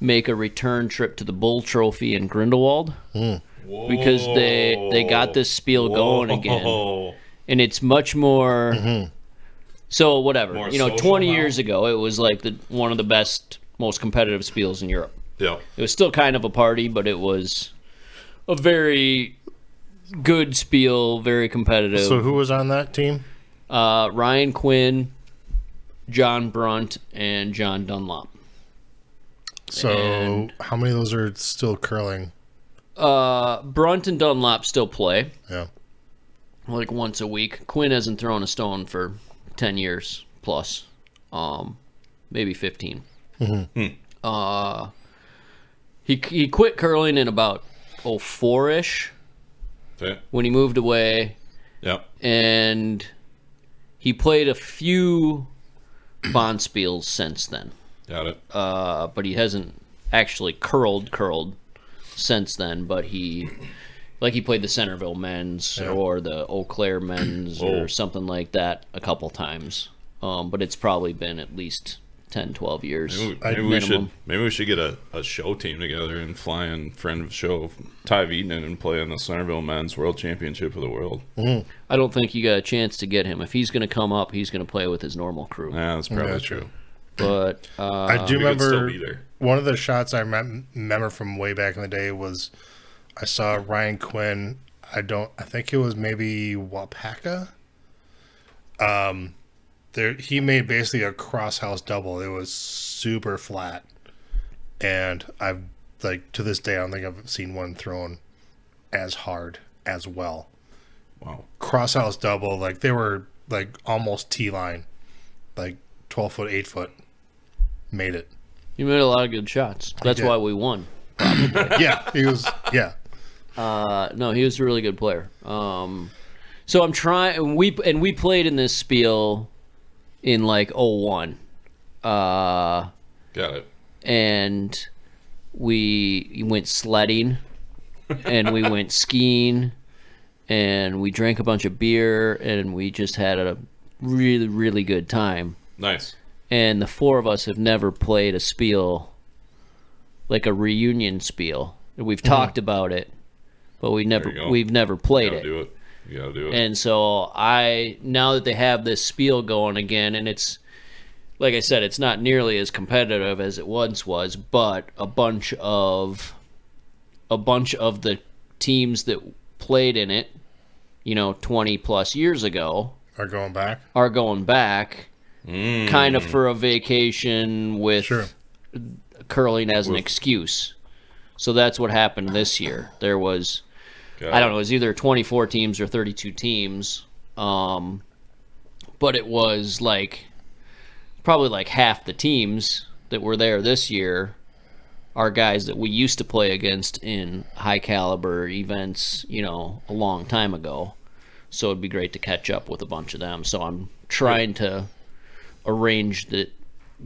Speaker 2: make a return trip to the Bull Trophy in Grindelwald because they they got this spiel
Speaker 3: <laughs>
Speaker 2: going again,
Speaker 3: Whoa.
Speaker 2: and it's much more. So whatever
Speaker 3: More
Speaker 2: you know,
Speaker 3: social
Speaker 2: 20
Speaker 3: now?
Speaker 2: years ago, it was like the one of the best, most competitive spiels in Europe
Speaker 3: Yeah.
Speaker 2: it was still kind of a party, but it was a very good spiel, very competitive.
Speaker 4: So who was on that team?
Speaker 2: uh, Ryan Quinn, John Brunt, and John Dunlop.
Speaker 4: So
Speaker 2: And-
Speaker 4: how many of those are still curling?
Speaker 2: Uh, Brunt and Dunlop still play
Speaker 4: Yeah.
Speaker 2: like once a week. Quinn hasn't thrown a stone for ten years plus, um, maybe 15 Uh, he he quit curling in about oh four ish
Speaker 3: Okay.
Speaker 2: when he moved away.
Speaker 3: Yep.
Speaker 2: and he played a few Bonspiels since then,
Speaker 3: Got it.
Speaker 2: uh, but he hasn't actually curled curled since then. But he, like, he played the Centerville men's or the Eau Claire men's or
Speaker 3: Oh.
Speaker 2: something like that a couple times. Um, but it's probably been at least 10, 12 years.
Speaker 3: Maybe, maybe we should maybe we should get a, a show team together and fly in friend of show Ty Eaton and play in the Centerville Men's World Championship of the World.
Speaker 2: I don't think you got a chance to get him. If he's going to come up, he's going to play with his normal crew.
Speaker 3: Yeah, that's probably
Speaker 4: Yeah,
Speaker 3: true.
Speaker 2: But uh,
Speaker 4: I do
Speaker 3: we could still
Speaker 4: remember
Speaker 3: be there.
Speaker 4: one of the shots I remem- remember from way back in the day was I saw Ryan Quinn. I don't. I think it was maybe Wapaka. Um, there he made basically a cross house double. It was super flat, and I've like to this day I don't think I've seen one thrown as hard as well.
Speaker 3: Wow.
Speaker 4: Cross house double like they were like almost T line, like twelve foot, eight foot, made it.
Speaker 2: you made a lot of good shots. That's
Speaker 4: did.
Speaker 2: why we won.
Speaker 4: yeah, he was. Yeah,
Speaker 2: Uh, no, he was a really good player. Um, so I'm trying. And we and we played in this spiel in like 01. Uh,
Speaker 3: Got it.
Speaker 2: and we went sledding
Speaker 3: <laughs>
Speaker 2: and we went skiing and we drank a bunch of beer and we just had a really really good time
Speaker 3: Nice.
Speaker 2: and the four of us have never played a spiel like a reunion spiel we've talked about it but we never
Speaker 3: Mm-hmm. you go.
Speaker 2: we've never played
Speaker 3: gotta
Speaker 2: it
Speaker 3: do it. You gotta do it.
Speaker 2: and so I now that they have this spiel going again, and it's like I said, it's not nearly as competitive as it once was, but a bunch of a bunch of the teams that played in it, you know, twenty plus years ago,
Speaker 4: are going back.
Speaker 2: are going back, kind of for a vacation with
Speaker 4: Sure.
Speaker 2: curling as an excuse. So that's what happened this year. There was I don't know. It was either 24 teams or 32 teams. Um, but it was like probably like half the teams that were there this year are guys that we used to play against in high caliber events, you know, a long time ago. So it'd be great to catch up with a bunch of them. So I'm trying to arrange that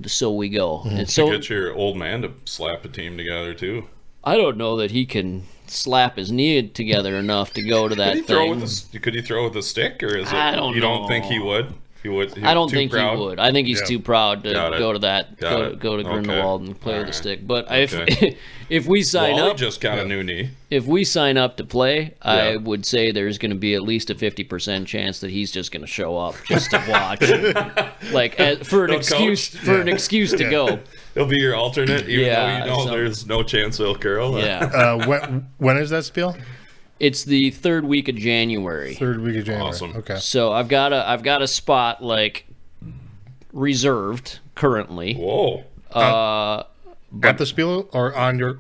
Speaker 2: so we go. And so
Speaker 3: Get your old man to slap a team together too.
Speaker 2: I don't know that he can slap his knee together enough to go to that
Speaker 3: Could he
Speaker 2: thing.
Speaker 3: throw with a, s- could he throw with a stick or is it
Speaker 2: I don't
Speaker 3: you don't
Speaker 2: know.
Speaker 3: think he would? He would he
Speaker 2: I don't
Speaker 3: too
Speaker 2: think
Speaker 3: proud?
Speaker 2: he would. I think he's
Speaker 4: Yeah.
Speaker 2: too proud to
Speaker 3: Got it.
Speaker 2: go to that,
Speaker 3: Got
Speaker 2: go,
Speaker 3: it.
Speaker 2: go to
Speaker 3: Okay.
Speaker 2: Grindelwald and play with
Speaker 3: Alright.
Speaker 2: a stick. But if
Speaker 3: Okay.
Speaker 2: <laughs> if we sign
Speaker 3: Wally
Speaker 2: up,
Speaker 3: just got a new knee.
Speaker 2: if we sign up to play, I
Speaker 3: Yeah.
Speaker 2: would say there's going to be at least a fifty percent chance that he's just going to show up just to watch,
Speaker 3: <laughs>
Speaker 2: like as, for an
Speaker 3: He'll
Speaker 2: excuse
Speaker 3: coach.
Speaker 2: for an excuse to
Speaker 3: <laughs>
Speaker 2: go.
Speaker 3: He'll be your alternate, even
Speaker 2: Yeah,
Speaker 3: though you know
Speaker 2: so-
Speaker 3: there's no chance he'll curl.
Speaker 2: Yeah,
Speaker 4: Uh, when when is that spiel?
Speaker 2: it's the third week of January,
Speaker 4: Third week of January.
Speaker 3: Awesome.
Speaker 4: Okay.
Speaker 2: so I've got a I've got a spot like reserved currently
Speaker 3: <laughs> Whoa.
Speaker 4: At the spiel or on your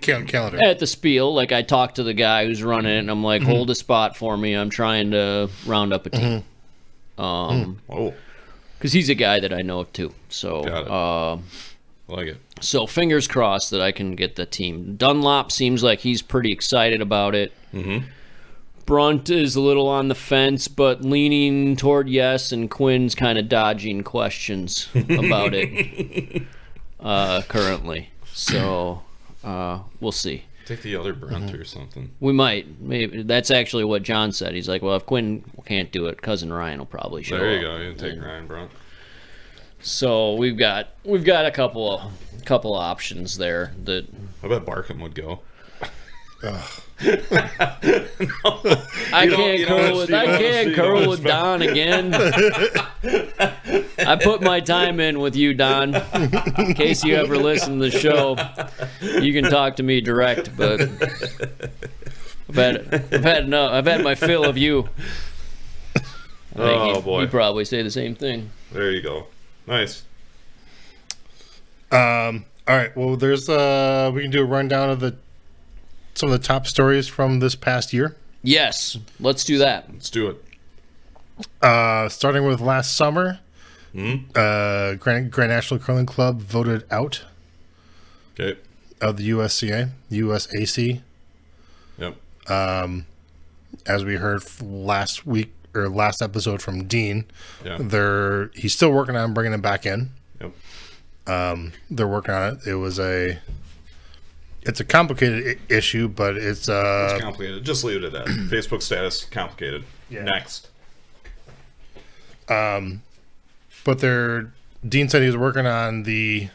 Speaker 4: cal- calendar?
Speaker 2: at the spiel like i talked to the guy who's running it and i'm
Speaker 3: Mm-hmm.
Speaker 2: like hold a spot for me i'm trying to round up a team um
Speaker 3: Whoa.
Speaker 2: because he's a guy that i know too so
Speaker 3: Got it.
Speaker 2: uh,
Speaker 3: I like it.
Speaker 2: so fingers crossed that i can get the team dunlop seems like he's pretty excited about it mm-hmm. brunt is a little on the fence but leaning toward yes and quinn's kind of dodging
Speaker 3: <laughs>
Speaker 2: questions about it uh currently so uh we'll see
Speaker 3: Take the other brunt or something.
Speaker 2: We might. Maybe that's actually what John said. He's like, "Well, if Quinn can't do it, cousin Ryan will probably show
Speaker 3: There
Speaker 2: up."
Speaker 3: you go. You can take Ryan Brunt.
Speaker 2: So we've got we've got a couple of couple of options there. That
Speaker 3: I bet Barkham would go.
Speaker 2: I
Speaker 3: don't-
Speaker 2: can't
Speaker 3: you don't
Speaker 2: curl with
Speaker 3: see-
Speaker 2: I
Speaker 3: you don't
Speaker 2: can't
Speaker 3: see
Speaker 2: curl
Speaker 3: those,
Speaker 2: with
Speaker 3: but-
Speaker 2: Don again. I put my time in with you, Don. In case you ever listen to the show, you can talk to me direct. But I've had I've had enough. I've had my fill of you. I think
Speaker 3: Oh,
Speaker 2: you-
Speaker 3: boy.
Speaker 2: you probably say the same thing.
Speaker 3: There you go. Nice.
Speaker 4: Um. All right. Well, there's uh. We can do a rundown of the some of the top stories from this past year.
Speaker 2: Yes, let's do that.
Speaker 3: Let's do it.
Speaker 4: Uh, starting with last summer.
Speaker 3: Hmm?
Speaker 4: Uh, Grand Grand National Curling Club voted out
Speaker 3: Okay.
Speaker 4: of the USCA USAC
Speaker 3: Yep.
Speaker 4: as we heard f- last week or last episode from Dean.
Speaker 3: Yeah.
Speaker 4: They're he's still working on bringing it back in.
Speaker 3: Yep.
Speaker 4: they're working on it. It was a it's a complicated I- issue, but it's uh
Speaker 3: It's complicated. Just leave <clears throat> it at that. Facebook status complicated.
Speaker 4: Yeah.
Speaker 3: Next.
Speaker 4: but they're Dean said he was working on the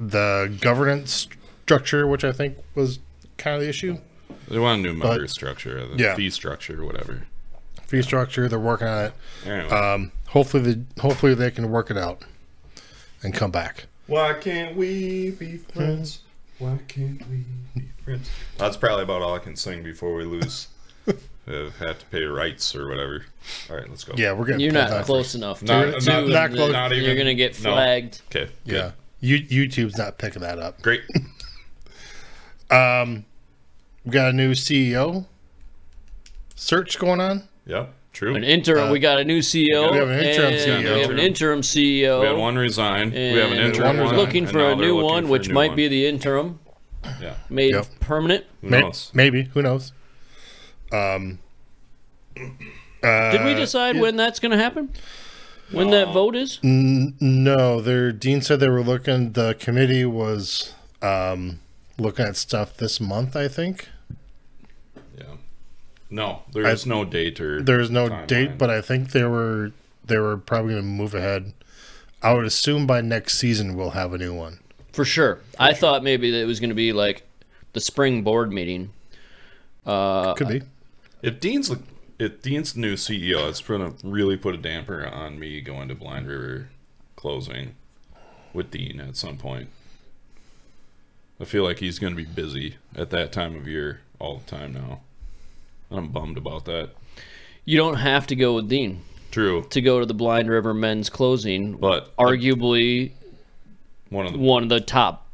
Speaker 4: the governance structure, which I think was kind of the issue.
Speaker 3: They want a new member structure, the
Speaker 4: Yeah.
Speaker 3: fee structure, whatever.
Speaker 4: Fee structure, they're working on it.
Speaker 3: Anyway.
Speaker 4: Um, hopefully, the, hopefully they can work it out and come back.
Speaker 3: Why can't we be friends? Why can't we be friends? That's probably about all I can sing before we
Speaker 4: <laughs>
Speaker 3: lose. uh, have to pay rights or whatever. All right, let's go.
Speaker 4: Yeah, we're getting
Speaker 2: You're
Speaker 4: pulled
Speaker 2: not
Speaker 4: back.
Speaker 2: close enough.
Speaker 3: Not-
Speaker 2: Two-
Speaker 3: not-
Speaker 2: two and the-
Speaker 4: not close.
Speaker 3: Not
Speaker 2: You're
Speaker 3: even-
Speaker 2: gonna get
Speaker 3: no.
Speaker 2: flagged.
Speaker 3: Okay. good.
Speaker 4: Yeah, you, YouTube's not picking that up. <laughs>
Speaker 3: Great.
Speaker 4: We got a new CEO search going on.
Speaker 3: Yep. True.
Speaker 2: An interim. we got a new CEO.
Speaker 3: we have
Speaker 4: an interim
Speaker 2: and
Speaker 4: CEO.
Speaker 2: We have an interim E CEO.
Speaker 3: we had one resign. we have an
Speaker 2: and
Speaker 3: interim
Speaker 4: one
Speaker 2: We're
Speaker 3: one.
Speaker 2: looking
Speaker 3: and
Speaker 2: for
Speaker 3: now
Speaker 2: a
Speaker 3: they're
Speaker 2: new
Speaker 3: looking
Speaker 2: one,
Speaker 3: for a
Speaker 2: which
Speaker 3: new
Speaker 2: might
Speaker 3: one.
Speaker 2: be the interim
Speaker 3: Yeah.
Speaker 2: made
Speaker 4: Yep.
Speaker 2: permanent.
Speaker 3: Who
Speaker 4: May-
Speaker 3: knows?
Speaker 4: Maybe who knows?
Speaker 2: Did we decide when that's going to happen? When that vote is?
Speaker 4: No, their dean said they were looking. The committee was um, looking at stuff this month. I think
Speaker 3: Yeah. No, there is no date or.
Speaker 4: there's no date,
Speaker 3: Timeline.
Speaker 4: but I think they were they were probably going to move ahead. I would assume by next season we'll have a new one.
Speaker 2: For sure. I thought maybe that it was going to be like the spring board meeting.
Speaker 4: Could be.
Speaker 3: If Dean's if Dean's new CEO, it's gonna really put a damper on me going to Blind River closing with Dean at some point. I feel like he's gonna be busy at that time of year all the time now. And I'm bummed about that.
Speaker 2: You don't have to go with Dean
Speaker 3: True,
Speaker 2: to go to the Blind River men's closing.
Speaker 3: but
Speaker 2: arguably
Speaker 3: one of the
Speaker 2: one of the top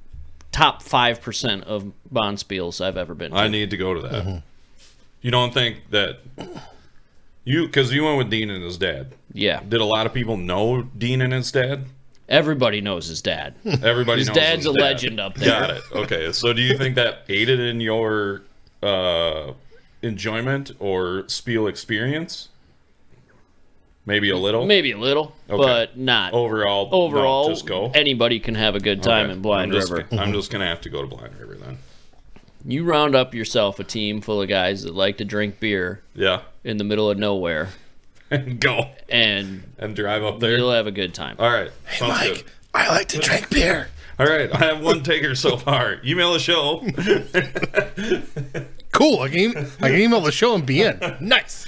Speaker 2: top 5% of Bonspiels I've ever been to.
Speaker 3: I need to go to that. You don't think that you because you went with Dean and his dad.
Speaker 2: yeah.
Speaker 3: Did a lot of people know Dean and his dad?
Speaker 2: Everybody knows his dad.
Speaker 3: Everybody
Speaker 2: His
Speaker 3: knows
Speaker 2: dad's
Speaker 3: his
Speaker 2: a
Speaker 3: dad.
Speaker 2: legend up there.
Speaker 3: Got it. Okay. So do you think that aided in your uh, enjoyment or spiel experience? Maybe a little.
Speaker 2: Maybe a little, but not
Speaker 3: Overall. Oh, no,
Speaker 2: overall,
Speaker 3: just go.
Speaker 2: anybody can have a good time in Blind
Speaker 3: I'm just,
Speaker 2: River.
Speaker 3: I'm just gonna have to go to Blind River then.
Speaker 2: You round up yourself a team full of guys that like to drink beer
Speaker 3: Yeah. <laughs>
Speaker 2: in the middle of nowhere,
Speaker 3: And go
Speaker 2: and
Speaker 3: and drive up there.
Speaker 2: you'll have a good time.
Speaker 3: All right. Sounds
Speaker 4: Mike,
Speaker 3: good.
Speaker 4: I like to drink beer.
Speaker 3: All right. I have one taker so far. Email the show. <laughs>
Speaker 4: Cool. I can e, I can email the show and be in. Nice.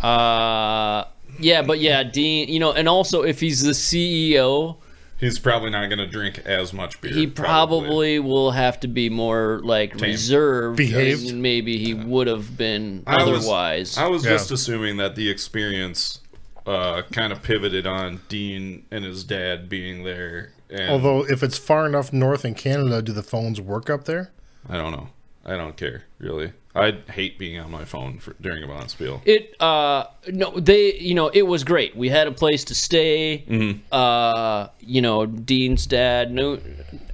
Speaker 2: Uh, yeah, but yeah, Dean, you know, and also if he's the CEO,
Speaker 3: He's probably not gonna drink as much beer.
Speaker 2: he probably, will have to be more like reserved
Speaker 4: Behaved.
Speaker 2: than maybe he would have been
Speaker 3: I was-
Speaker 2: otherwise.
Speaker 3: I was
Speaker 4: Yeah.
Speaker 3: just assuming that the experience uh, kind of pivoted on Dean and his dad being there. And
Speaker 4: Although if it's far enough north in Canada, do the phones work up there?
Speaker 3: I don't know. I don't care really. I hate being on my phone for, during a bond spiel.
Speaker 2: it uh no they you know it was great we had a place to stay
Speaker 3: Mm-hmm.
Speaker 2: uh you know dean's dad knew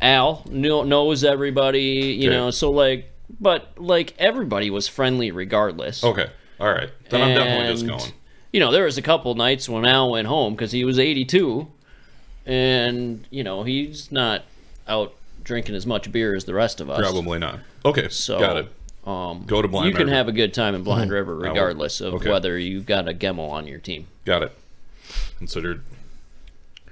Speaker 2: al knew, knows everybody you
Speaker 3: Okay.
Speaker 2: know so like but like everybody was friendly regardless
Speaker 3: Okay. All right. Then I'm definitely just
Speaker 2: And,
Speaker 3: going.
Speaker 2: You know, there was a couple nights when Al went home because he was 82, and you know he's not out drinking as much beer as the rest of us.
Speaker 3: Probably not. Okay.
Speaker 2: So,
Speaker 3: got it.
Speaker 2: Um,
Speaker 3: Go to Blind
Speaker 2: you can
Speaker 3: River. Mm-hmm.
Speaker 2: have a good time in Blind River regardless of
Speaker 3: Okay.
Speaker 2: whether you've got a Gemmel on your team.
Speaker 3: Got it. Considered. uh,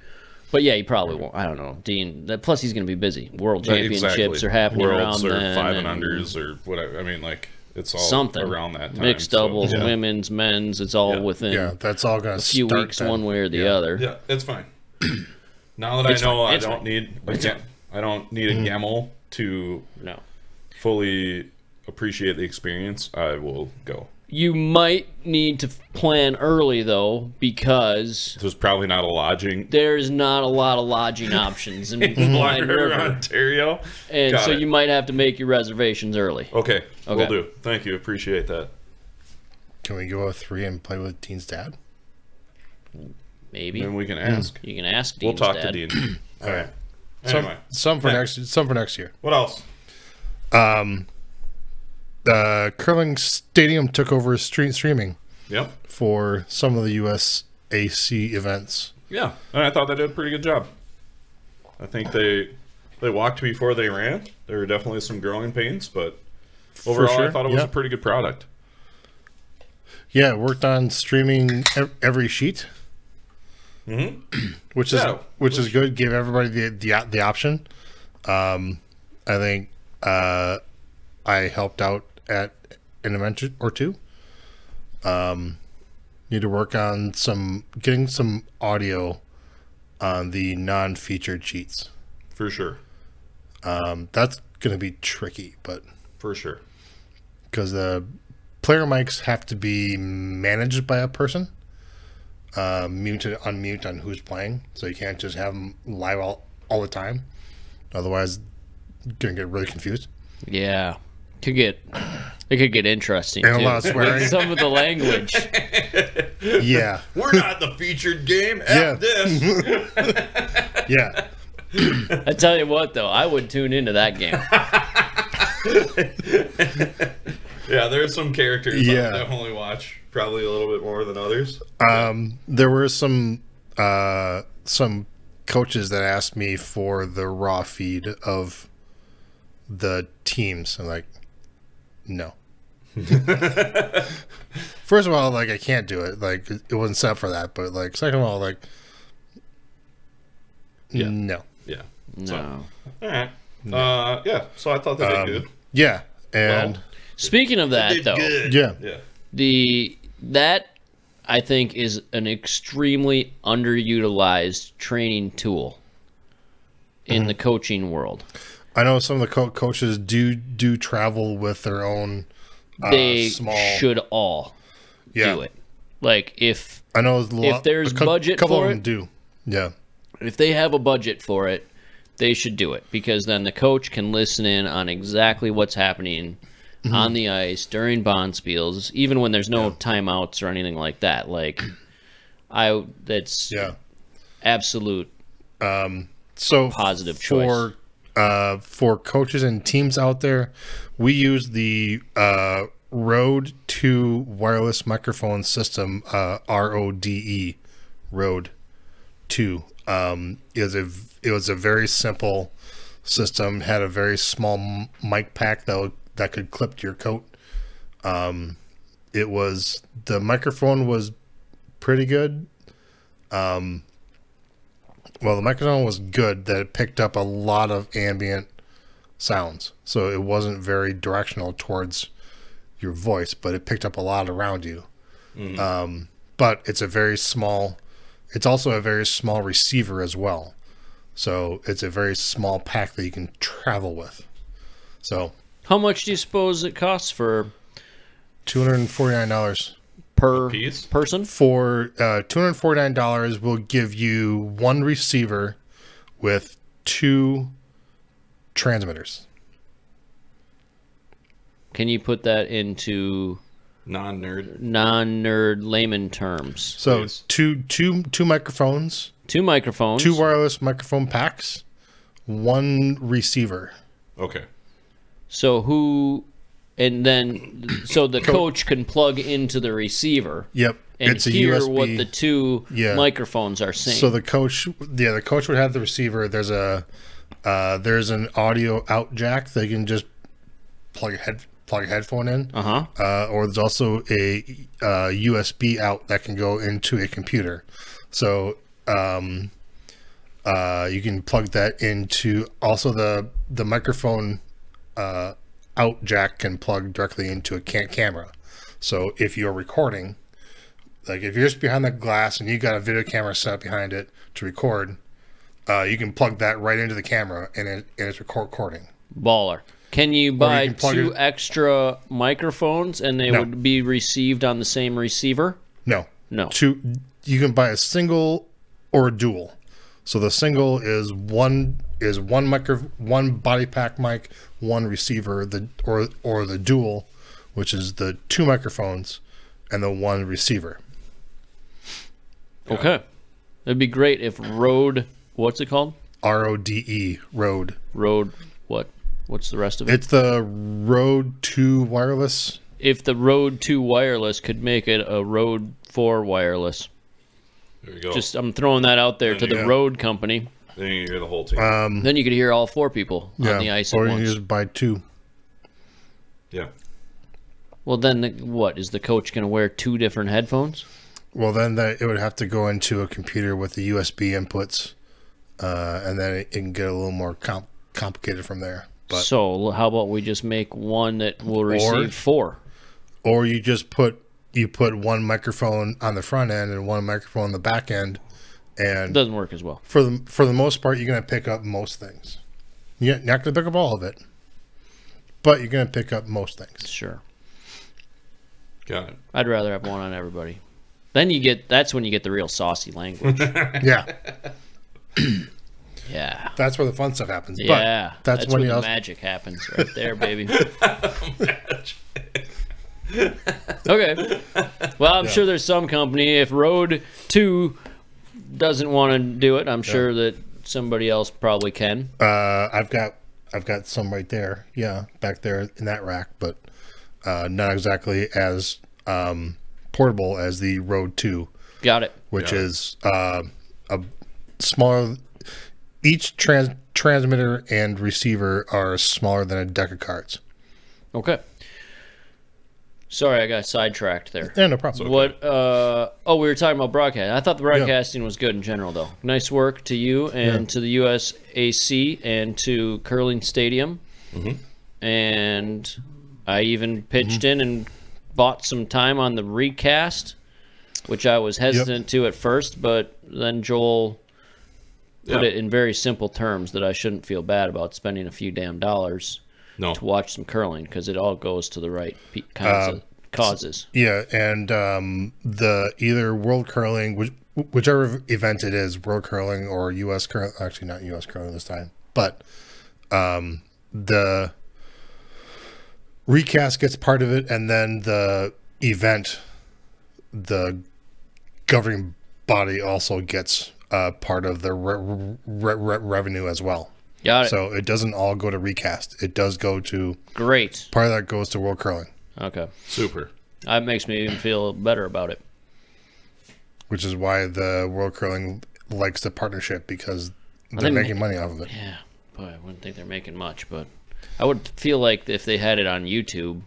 Speaker 2: But yeah, he probably won't. I don't know, Dean. that- Plus, he's going to be busy. World Championships
Speaker 3: exactly.
Speaker 2: are happening
Speaker 3: Worlds
Speaker 2: around
Speaker 3: or
Speaker 2: then,
Speaker 3: five and unders or whatever. I mean, like it's all
Speaker 2: something
Speaker 3: around that time.
Speaker 2: Mixed
Speaker 3: so-
Speaker 2: doubles,
Speaker 3: Yeah.
Speaker 2: women's, men's. It's all
Speaker 3: Yeah.
Speaker 2: within
Speaker 4: Yeah, that's all going to
Speaker 2: a few weeks, one way or the other.
Speaker 3: Yeah, it's
Speaker 2: <clears throat>
Speaker 3: fine. now that I know
Speaker 2: fine,
Speaker 3: I
Speaker 2: it's
Speaker 3: don't
Speaker 2: fine. Mm.
Speaker 3: need a ga- I don't need a gamel to
Speaker 2: No.
Speaker 3: fully appreciate the experience, I will go.
Speaker 2: You might need to plan early though, because
Speaker 3: There's probably not a lodging
Speaker 2: <laughs> there's not a lot of lodging options
Speaker 3: <laughs>
Speaker 2: in Blind River,
Speaker 3: Ontario.
Speaker 2: and
Speaker 3: Got
Speaker 2: so
Speaker 3: it.
Speaker 2: you might have to make your reservations early.
Speaker 3: Okay,
Speaker 2: Okay.
Speaker 3: will do. Thank you. Appreciate that.
Speaker 4: Can we go a three and play with Dean's dad?
Speaker 2: Maybe
Speaker 3: Then we can ask.
Speaker 2: you can ask
Speaker 3: We'll
Speaker 2: Dean's
Speaker 3: talk
Speaker 2: dad.
Speaker 3: to
Speaker 2: <clears throat>
Speaker 3: Dean. All right.
Speaker 4: Some,
Speaker 3: Anyway,
Speaker 4: some for
Speaker 3: Yeah.
Speaker 4: next, some for next year.
Speaker 3: what else?
Speaker 4: Uh, curling stadium took over stream streaming
Speaker 3: Yep.
Speaker 4: for some of the USAC events.
Speaker 3: Yeah. And I thought they did a pretty good job. I think they they walked before they ran. There were definitely some growing pains, but overall I
Speaker 4: sure,
Speaker 3: thought it was
Speaker 4: yeah.
Speaker 3: a pretty good product.
Speaker 4: Yeah, it worked on streaming ev- every sheet. <clears throat> which is
Speaker 3: Yeah.
Speaker 4: which is good. Give everybody the the, op- the option. Um, I think uh, I helped out at an event or two. Um, need to work on some getting some audio on the non-featured cheats.
Speaker 3: for sure,
Speaker 4: Um, that's going to be tricky, but
Speaker 3: for sure.
Speaker 4: because the player mics have to be managed by a person, uh, mute and unmute on who's playing. So you can't just have them live all, all the time. Otherwise, you're going to get really confused.
Speaker 2: Yeah, could get it could get interesting.
Speaker 4: And a
Speaker 2: too.
Speaker 4: lot of swearing.
Speaker 2: Some
Speaker 3: <laughs>
Speaker 2: of the language.
Speaker 4: yeah.
Speaker 3: We're not the featured game. F
Speaker 4: Yeah.
Speaker 3: this. <laughs>
Speaker 4: Yeah.
Speaker 2: I tell you what, though, I would tune into that
Speaker 4: <laughs>
Speaker 2: game.
Speaker 3: yeah, there's some characters
Speaker 4: Yeah.
Speaker 3: I'll definitely watch. Probably a little bit more than others.
Speaker 4: Um, there were some uh, some coaches that asked me for the raw feed of the teams. I'm like,
Speaker 3: <laughs>
Speaker 4: no. First of all, like I can't do it. Like it it wasn't set up for that. But like, second of all, like,
Speaker 3: Yeah.
Speaker 4: no,
Speaker 3: Yeah.
Speaker 2: No.
Speaker 3: All right. Uh, yeah. Um, So I thought they did good.
Speaker 4: yeah, and
Speaker 3: Well,
Speaker 2: Speaking of
Speaker 3: They
Speaker 2: that,
Speaker 3: did
Speaker 2: though,
Speaker 3: good.
Speaker 4: yeah,
Speaker 3: Yeah.
Speaker 2: the that I think is an extremely underutilized training tool in
Speaker 4: Mm-hmm.
Speaker 2: the coaching world.
Speaker 4: I know some of the co- coaches do do travel with their own. Uh,
Speaker 2: They
Speaker 4: small,
Speaker 2: should all
Speaker 4: yeah.
Speaker 2: do it. Like if
Speaker 4: I know a lot,
Speaker 2: there's
Speaker 4: a cou-
Speaker 2: budget
Speaker 4: couple
Speaker 2: for
Speaker 4: of them
Speaker 2: it.
Speaker 4: do. Yeah.
Speaker 2: if they have a budget for it, they should do it because then the coach can listen in on exactly what's happening
Speaker 4: Mm-hmm.
Speaker 2: on the ice during bonspiels, even when there's no timeouts or anything like that. Like, I that's
Speaker 4: Yeah.
Speaker 2: absolute.
Speaker 4: So
Speaker 2: Positive
Speaker 4: for
Speaker 2: choice.
Speaker 4: uh, for coaches and teams out there, we use the uh, Rode to wireless microphone system. Uh, R O D E, Rode two. Um, is a it was a very simple system. Had a very small m- mic pack that would, that could clip to your coat. Um, it was the microphone was pretty good. Um, well, the microphone was good that it picked up a lot of ambient sounds, so it wasn't very directional towards your voice, but it picked up a lot around you. Um, but it's a very small. It's also a very small receiver as well, so it's a very small pack that you can travel with. So
Speaker 2: How much do you suppose it costs for
Speaker 4: two hundred and forty nine dollars.
Speaker 2: per
Speaker 3: piece?
Speaker 2: person?
Speaker 4: for uh, two hundred forty nine dollars will give you one receiver with two transmitters.
Speaker 2: Can you put that into
Speaker 3: Non-nerd.
Speaker 2: non-nerd layman terms?
Speaker 4: So
Speaker 3: Yes.
Speaker 4: two two two microphones,
Speaker 2: Two microphones.
Speaker 4: two wireless microphone packs, one receiver.
Speaker 3: Okay.
Speaker 2: So who? And then, so the coach can plug into the receiver.
Speaker 4: Yep,
Speaker 2: and
Speaker 4: it's a
Speaker 2: hear
Speaker 4: USB.
Speaker 2: what the two
Speaker 4: Yeah.
Speaker 2: microphones are saying.
Speaker 4: so the coach, yeah, the coach would have the receiver. There's a uh, there's an audio out jack that you can just plug a head plug a headphone in.
Speaker 2: uh huh.
Speaker 4: uh, or there's also a uh, USB out that can go into a computer. So um, uh, you can plug that into also the the microphone uh, out jack can plug directly into a can- camera. So if you're recording, like if you're just behind the glass and you got a video camera set up behind it to record, uh, you can plug that right into the camera and it and it's record- recording.
Speaker 2: Baller. Can you buy
Speaker 4: can plug
Speaker 2: two
Speaker 4: it-
Speaker 2: extra microphones and they
Speaker 4: No.
Speaker 2: would be received on the same receiver?
Speaker 4: No,
Speaker 2: No.
Speaker 4: two you can buy a single or a dual so the single is one is one micro one body pack mic one receiver the or or the dual which is the two microphones and the one receiver
Speaker 2: Okay. It'd be great if Rode, what's it called?
Speaker 4: E, r-o-d-e road
Speaker 2: Rode, what? What's the rest of it?
Speaker 4: it's the road to wireless
Speaker 2: If the Rode 2 wireless could make it a Rode 4 wireless.
Speaker 3: There you
Speaker 4: Oh.
Speaker 3: go.
Speaker 2: Just, I'm throwing that out there to the
Speaker 3: Yeah.
Speaker 2: Rode company.
Speaker 3: then you hear the whole team.
Speaker 2: Then you could hear all four people
Speaker 4: Mm. yeah
Speaker 2: on the ice at
Speaker 4: or you
Speaker 2: once.
Speaker 4: can just buy two
Speaker 3: yeah.
Speaker 2: Well, then, the, what? Is the coach going to wear two different headphones?
Speaker 4: Well, then that it would have to go into a computer with the USB inputs, uh, and then it, it can get a little more comp- complicated from there. But
Speaker 2: so how about we just make one that will receive four?
Speaker 4: or you just put you put one microphone on the front end and one microphone on the back end, and
Speaker 2: Doesn't work as well.
Speaker 4: for the for the most part, you're gonna pick up most things. You're not gonna pick up all of it, but you're gonna pick up most things.
Speaker 2: <laughs> Sure.
Speaker 3: Got it.
Speaker 2: I'd rather have one on everybody. Then you get that's when you get the real saucy
Speaker 4: <laughs>
Speaker 2: language.
Speaker 4: Yeah,
Speaker 2: Yeah.
Speaker 4: that's where the fun stuff happens.
Speaker 2: Yeah.
Speaker 4: but that's, when
Speaker 2: where
Speaker 4: you
Speaker 2: the
Speaker 4: also,
Speaker 2: magic happens
Speaker 4: <laughs>
Speaker 2: right there, baby. okay. Well, I'm sure there's some company. If Road 2 doesn't want to do it, I'm sure that somebody else probably can.
Speaker 4: Uh, I've got I've got some right there. Yeah, back there in that rack, but uh, not exactly as um, portable as the Road Two,
Speaker 2: Got it.
Speaker 4: which
Speaker 3: Yeah.
Speaker 4: is uh, a smaller. Each trans- transmitter and receiver are smaller than a deck of cards.
Speaker 2: Okay. Sorry, I got sidetracked there.
Speaker 4: Yeah, no problem.
Speaker 2: What? Uh, oh, we were talking about broadcast. I thought the broadcasting was good in general, though. Nice work to you and to the USAC and to Curling Stadium. And I even pitched in and bought some time on the recast, which I was hesitant to at first, but then Joel put
Speaker 3: Yeah.
Speaker 2: it in very simple terms that I shouldn't feel bad about spending a few damn dollars
Speaker 3: No.
Speaker 2: to watch some curling because it all goes to the right pe- kinds of causes.
Speaker 4: Yeah, and um, the either World Curling, which, whichever event it is, World Curling or U.S. Curling, actually not U.S. Curling this time, but um, the recast gets part of it, and then the event, the governing body also gets uh, part of the re- re- re- revenue as well.
Speaker 2: Got it.
Speaker 4: So it doesn't all go to recast. It does go to
Speaker 2: Great.
Speaker 4: part of that goes to World Curling,
Speaker 2: Okay.
Speaker 3: Super.
Speaker 2: That makes me even feel better about it.
Speaker 4: which is why the World Curling likes the partnership because they're
Speaker 2: think-
Speaker 4: making money off of it.
Speaker 2: Yeah. Boy, I wouldn't think they're making much, but I would feel like if they had it on YouTube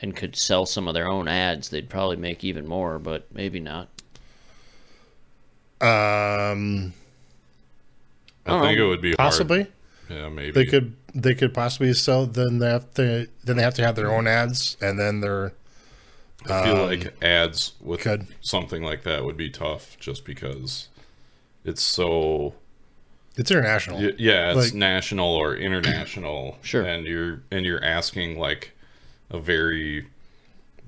Speaker 2: and could sell some of their own ads, they'd probably make even more, but maybe not.
Speaker 4: Um,
Speaker 3: I think it would be hard.
Speaker 4: possibly
Speaker 3: Yeah, maybe.
Speaker 4: they could they could possibly sell. Then they have to then they have to have their own ads, and then they're
Speaker 3: I feel like ads with
Speaker 4: could.
Speaker 3: something like that would be tough, just because it's so
Speaker 4: it's international.
Speaker 3: Y- yeah it's
Speaker 4: Like-
Speaker 3: national or
Speaker 4: <clears throat>
Speaker 3: international
Speaker 2: Sure.
Speaker 3: and you're and you're asking like a very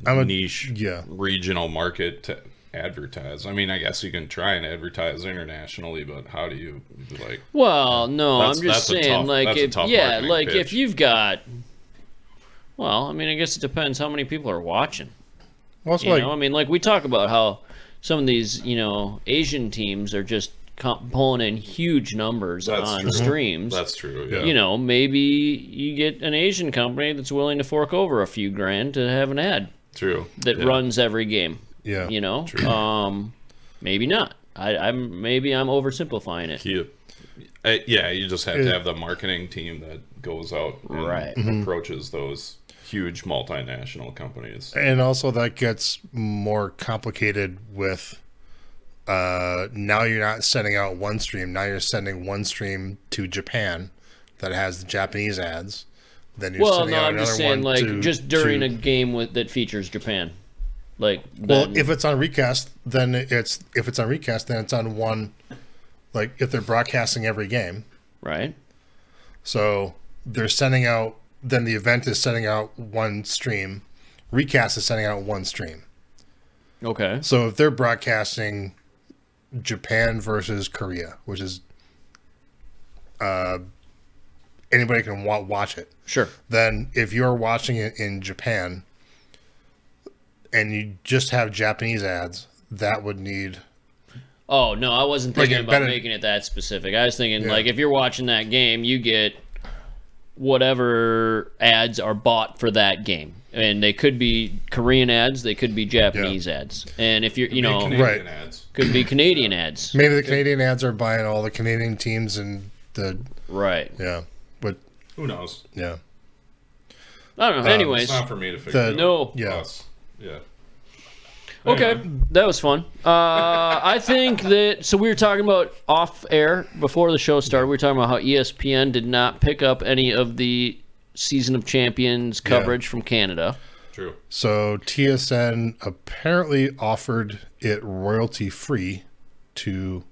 Speaker 4: I'm a-
Speaker 3: niche
Speaker 4: yeah.
Speaker 3: regional market to advertise i mean i guess you can try and advertise internationally but how do you like
Speaker 2: Well, no,
Speaker 3: That's-
Speaker 2: I'm just
Speaker 3: that's a
Speaker 2: saying,
Speaker 3: tough-
Speaker 2: like,
Speaker 3: that's a
Speaker 2: if,
Speaker 3: tough
Speaker 2: yeah,
Speaker 3: marketing
Speaker 2: like if
Speaker 3: pitch.
Speaker 2: you've got, well, I mean, I guess it depends how many people are watching.
Speaker 4: Well, it's
Speaker 2: You
Speaker 4: like
Speaker 2: know, I mean, like we talk about how some of these, you know, Asian teams are just com- pulling in huge numbers
Speaker 3: That's
Speaker 2: on
Speaker 3: true.
Speaker 2: streams.
Speaker 3: that's true yeah
Speaker 2: you know, maybe you get an Asian company that's willing to fork over a few grand to have an ad
Speaker 3: true
Speaker 2: that
Speaker 3: Yeah.
Speaker 2: runs every game.
Speaker 4: yeah,
Speaker 2: You know, um, maybe not. I, I'm maybe I'm oversimplifying it.
Speaker 3: You- I- uh, yeah you just have to
Speaker 4: Yeah.
Speaker 3: have the marketing team that goes out and
Speaker 2: Right.
Speaker 4: Mm-hmm.
Speaker 3: approaches those huge multinational companies
Speaker 4: and also that gets more complicated with. Uh, now you're not sending out one stream. Now you're sending one stream to Japan that has the Japanese ads. Then you're
Speaker 2: Well,
Speaker 4: sending
Speaker 2: no,
Speaker 4: out
Speaker 2: I'm just
Speaker 4: another
Speaker 2: saying,
Speaker 4: one
Speaker 2: like,
Speaker 4: to-
Speaker 2: just during
Speaker 4: to-
Speaker 2: a game with that features Japan, like,
Speaker 4: Well,
Speaker 2: then-
Speaker 4: if it's on recast, then it's if it's on recast, then it's on one. Like if they're broadcasting every game,
Speaker 2: right?
Speaker 4: so they're sending out. Then the event is sending out one stream. Recast is sending out one stream.
Speaker 2: Okay,
Speaker 4: So if they're broadcasting Japan versus Korea, which is uh, anybody can wa- watch it,
Speaker 2: sure.
Speaker 4: then if you're watching it in Japan and you just have Japanese ads, that would need
Speaker 2: Oh no, I wasn't
Speaker 4: Like,
Speaker 2: thinking
Speaker 4: it
Speaker 2: about
Speaker 4: better-
Speaker 2: making it that specific. I was thinking
Speaker 4: Yeah.
Speaker 2: like if you're watching that game, you get whatever ads are bought for that game. And they could be Korean ads, they could be Japanese ads. And if you're, you know,
Speaker 3: Canadian
Speaker 4: Right.
Speaker 3: ads.
Speaker 2: could be Canadian ads.
Speaker 4: Maybe the Canadian ads are buying all the Canadian teams and the
Speaker 2: Right.
Speaker 4: yeah, but
Speaker 3: who knows
Speaker 4: yeah, Um,
Speaker 2: I don't know. Anyways,
Speaker 3: it's not for me to figure
Speaker 4: the-
Speaker 3: out
Speaker 2: no.
Speaker 4: Yeah.
Speaker 3: Us. yeah
Speaker 2: Okay, that was fun.
Speaker 4: <laughs>
Speaker 2: Uh, I think that so we were talking about off air before the show started. We were talking about how E ESPN did not pick up any of the season of champions coverage from Canada.
Speaker 3: True.
Speaker 4: So TSN apparently offered it royalty free to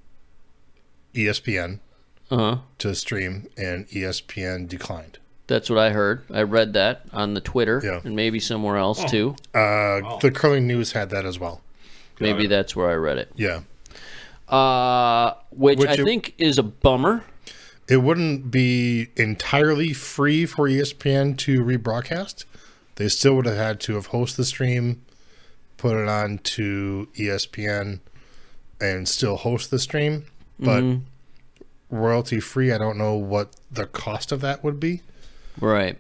Speaker 4: E ESPN
Speaker 2: Uh huh.
Speaker 4: to stream, and E ESPN declined.
Speaker 2: That's what I heard. I read that on the Twitter
Speaker 4: Yeah.
Speaker 2: and maybe somewhere else too.
Speaker 4: Uh, The Curling News had that as well.
Speaker 2: Maybe that's where I read it.
Speaker 4: Yeah.
Speaker 2: Uh, which,
Speaker 4: Which
Speaker 2: I
Speaker 4: it-
Speaker 2: think is a bummer.
Speaker 4: It wouldn't be entirely free for E ESPN to rebroadcast. They still would have had to have hosted the stream, put it on to E ESPN, and still host the stream. But royalty free, I don't know what the cost of that would be.
Speaker 2: Right.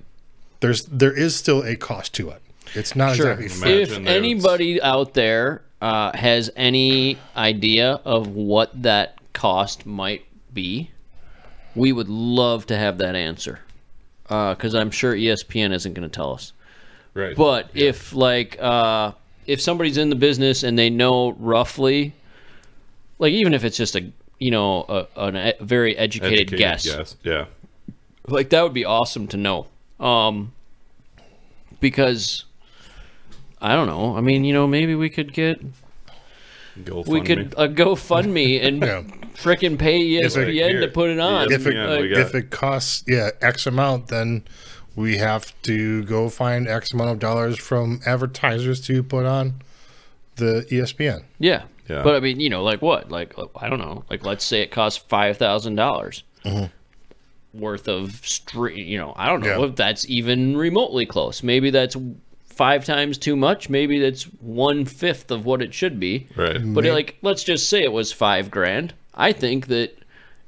Speaker 4: There's there is still a cost to it. It's not
Speaker 2: Sure.
Speaker 4: exactly free.
Speaker 3: Imagine
Speaker 2: If
Speaker 3: there's-
Speaker 2: anybody out there uh, has any idea of what that cost might be, we would love to have that answer. Because I'm sure E ESPN isn't going to tell us.
Speaker 3: Right.
Speaker 2: But if like uh, if somebody's in the business and they know roughly, like even if it's just a you know a, an e very educated,
Speaker 3: Educated
Speaker 2: guess,
Speaker 3: Yeah.
Speaker 2: like that would be awesome to know. Um, because I don't know. I mean, you know, maybe we could get
Speaker 3: Go
Speaker 2: we could uh, GoFundMe and
Speaker 4: Yeah.
Speaker 2: frickin' pay
Speaker 4: it-
Speaker 2: ESPN to put it on.
Speaker 4: If it-
Speaker 3: yeah, we
Speaker 2: like,
Speaker 3: got
Speaker 4: if it costs yeah X amount, then we have to go find X amount of dollars from advertisers to put on the E ESPN.
Speaker 2: yeah.
Speaker 3: Yeah.
Speaker 2: But I mean, you know, like what? Like I don't know. Like let's say it costs five thousand dollars worth of stream. You know, I don't know
Speaker 4: Yeah.
Speaker 2: if that's even remotely close. Maybe that's five times too much. Maybe that's one fifth of what it should be.
Speaker 3: right.
Speaker 4: Mm.
Speaker 2: But like, let's just say it was five grand. I think that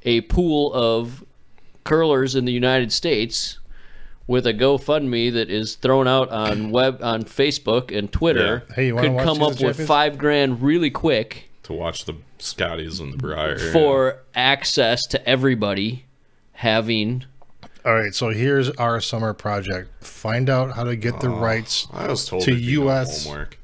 Speaker 2: a pool of curlers in the United States with a GoFundMe that is thrown out on web on Facebook and Twitter
Speaker 4: Hey, you wanna
Speaker 2: could
Speaker 4: watch
Speaker 2: come
Speaker 4: Season
Speaker 2: up with
Speaker 4: Champions?
Speaker 2: five grand really quick
Speaker 3: to watch the Scotties and the Briar
Speaker 2: for access to everybody having.
Speaker 4: All right, so here's our summer project. Find out how to get the rights
Speaker 3: I was told
Speaker 4: to
Speaker 3: there'd be no
Speaker 4: US
Speaker 3: homework.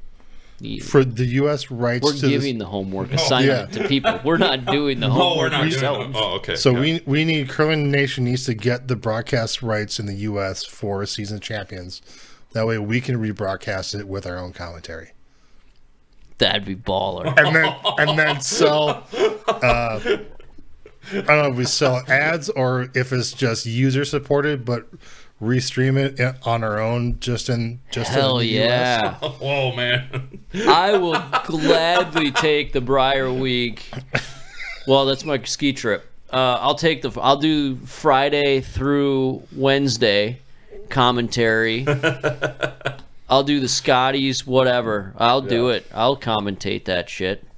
Speaker 2: the-
Speaker 4: for the U.S. rights
Speaker 2: We're
Speaker 4: to this- Oh,
Speaker 2: giving the homework assignment
Speaker 4: yeah.
Speaker 2: to people. We're
Speaker 4: <laughs>
Speaker 2: not doing the homework ourselves.
Speaker 3: Oh, okay.
Speaker 4: So
Speaker 3: <laughs>
Speaker 4: we we need Curling Nation needs to get the broadcast rights in the U.S. for season champions. That way we can rebroadcast it with our own commentary,
Speaker 2: That'd be
Speaker 4: <laughs>
Speaker 2: baller.
Speaker 4: and then and then sell. Uh, I don't know if we sell ads or if it's just user supported, but restream it in- on our own, just in just
Speaker 2: Hell
Speaker 4: in the US.
Speaker 2: yeah.
Speaker 3: Whoa, Oh, man.
Speaker 2: I will gladly take the Briar Week. Well, that's my ski trip. Uh, I'll take the. I'll do Friday through Wednesday
Speaker 3: <laughs>
Speaker 2: commentary. I'll do the Scotties, whatever. I'll do it. I'll commentate that shit. <laughs>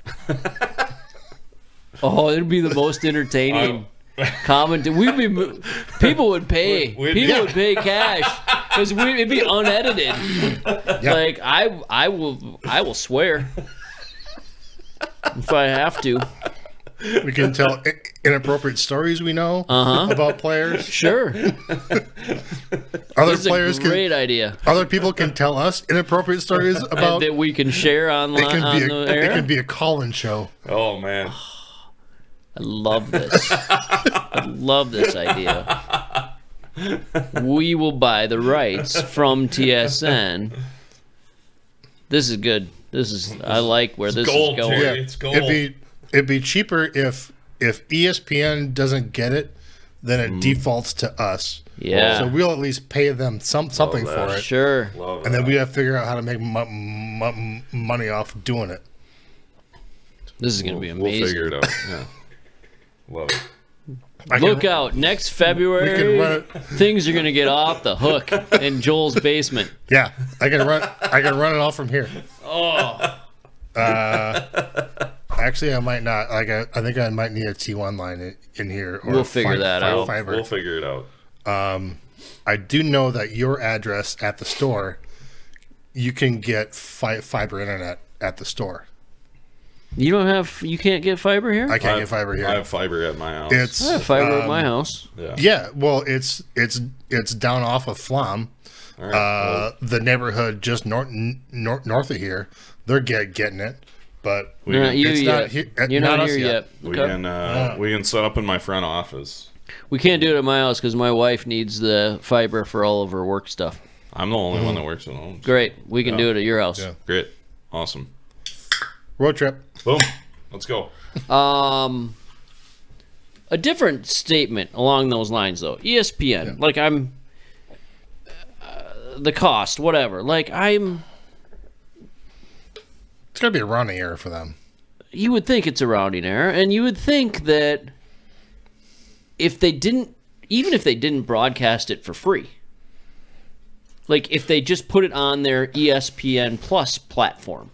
Speaker 2: oh, it'd be the most entertaining.
Speaker 3: <laughs>
Speaker 2: Comment. We'd be mo- people would pay.
Speaker 3: Um, We'd-
Speaker 2: people
Speaker 3: yeah. <laughs>
Speaker 2: would pay cash because it'd be unedited.
Speaker 3: <laughs>
Speaker 2: Like I, I will, I will swear if I have to.
Speaker 4: We can tell i- inappropriate stories we know
Speaker 2: Uh-huh. <laughs>
Speaker 4: about players.
Speaker 2: Sure,
Speaker 4: Other
Speaker 2: that's a
Speaker 4: players can
Speaker 2: great idea
Speaker 4: other people can tell us inappropriate stories
Speaker 2: <laughs>
Speaker 4: about
Speaker 2: that
Speaker 4: it
Speaker 2: we can share online
Speaker 4: can
Speaker 2: on
Speaker 4: be
Speaker 2: the
Speaker 4: a, it
Speaker 2: air.
Speaker 4: can be a call-in show
Speaker 3: Oh,
Speaker 2: <sighs>
Speaker 3: man.
Speaker 2: I love this. I love this idea. We will buy the rights from TSN. This is good. This is I like where this
Speaker 3: gold,
Speaker 2: is going.
Speaker 3: Terry. It's gold.
Speaker 4: it'd be it'd be cheaper if if E espn doesn't get it then it defaults to us
Speaker 2: Mm. Yeah.
Speaker 4: so we'll at least pay them some something for it
Speaker 2: Sure.
Speaker 3: Love
Speaker 4: and
Speaker 3: that.
Speaker 4: then we gotta figure out how to make mu- mu- money off doing it
Speaker 2: This is gonna be
Speaker 3: We'll
Speaker 2: amazing.
Speaker 3: figure it out. Yeah. <laughs> Love it.
Speaker 4: I can-
Speaker 2: Look out! Next February,
Speaker 4: I can run it,
Speaker 2: things are gonna get off the hook in Joel's basement.
Speaker 4: yeah i can run i can run it all from here oh uh actually i might not like i, I think i might need a t1 line in, in here or
Speaker 2: We'll figure that out.
Speaker 4: fiber.
Speaker 3: We'll figure it out.
Speaker 4: I do know that your address at the store, you can get fi- fiber internet at the store.
Speaker 2: You don't have, you can't get fiber here.
Speaker 4: I Um, can't
Speaker 3: I
Speaker 4: get fiber here.
Speaker 3: I have fiber at my house.
Speaker 4: it's uh,
Speaker 2: I have fiber at my house.
Speaker 3: yeah.
Speaker 4: yeah, well, it's it's it's down off of Flom,
Speaker 3: All right.
Speaker 4: uh, the neighborhood just north n- nor- north of here. they're get, getting it, but
Speaker 3: We
Speaker 2: You're
Speaker 3: can,
Speaker 2: not you
Speaker 4: It's
Speaker 2: yet.
Speaker 4: not he- uh,
Speaker 2: You're not,
Speaker 4: not us
Speaker 2: here yet.
Speaker 4: yet.
Speaker 3: we,
Speaker 2: Okay.
Speaker 3: can uh, we can set up in my front office.
Speaker 2: We can't do it at my house because my wife needs the fiber for all of her work stuff.
Speaker 3: I'm the only
Speaker 4: Mm.
Speaker 3: one that works at home.
Speaker 2: Great. We can do it at your house.
Speaker 4: Oh. Yeah.
Speaker 3: Great. Awesome.
Speaker 4: road trip.
Speaker 3: Boom. Let's go.
Speaker 2: Um, a different statement along those lines, though. E ESPN, like I'm, uh, the cost, whatever. Like I'm,
Speaker 4: It's gonna be a rounding error for them.
Speaker 2: you would think it's a rounding error, and you would think that if they didn't, even if they didn't broadcast it for free, like if they just put it on their E ESPN Plus platform,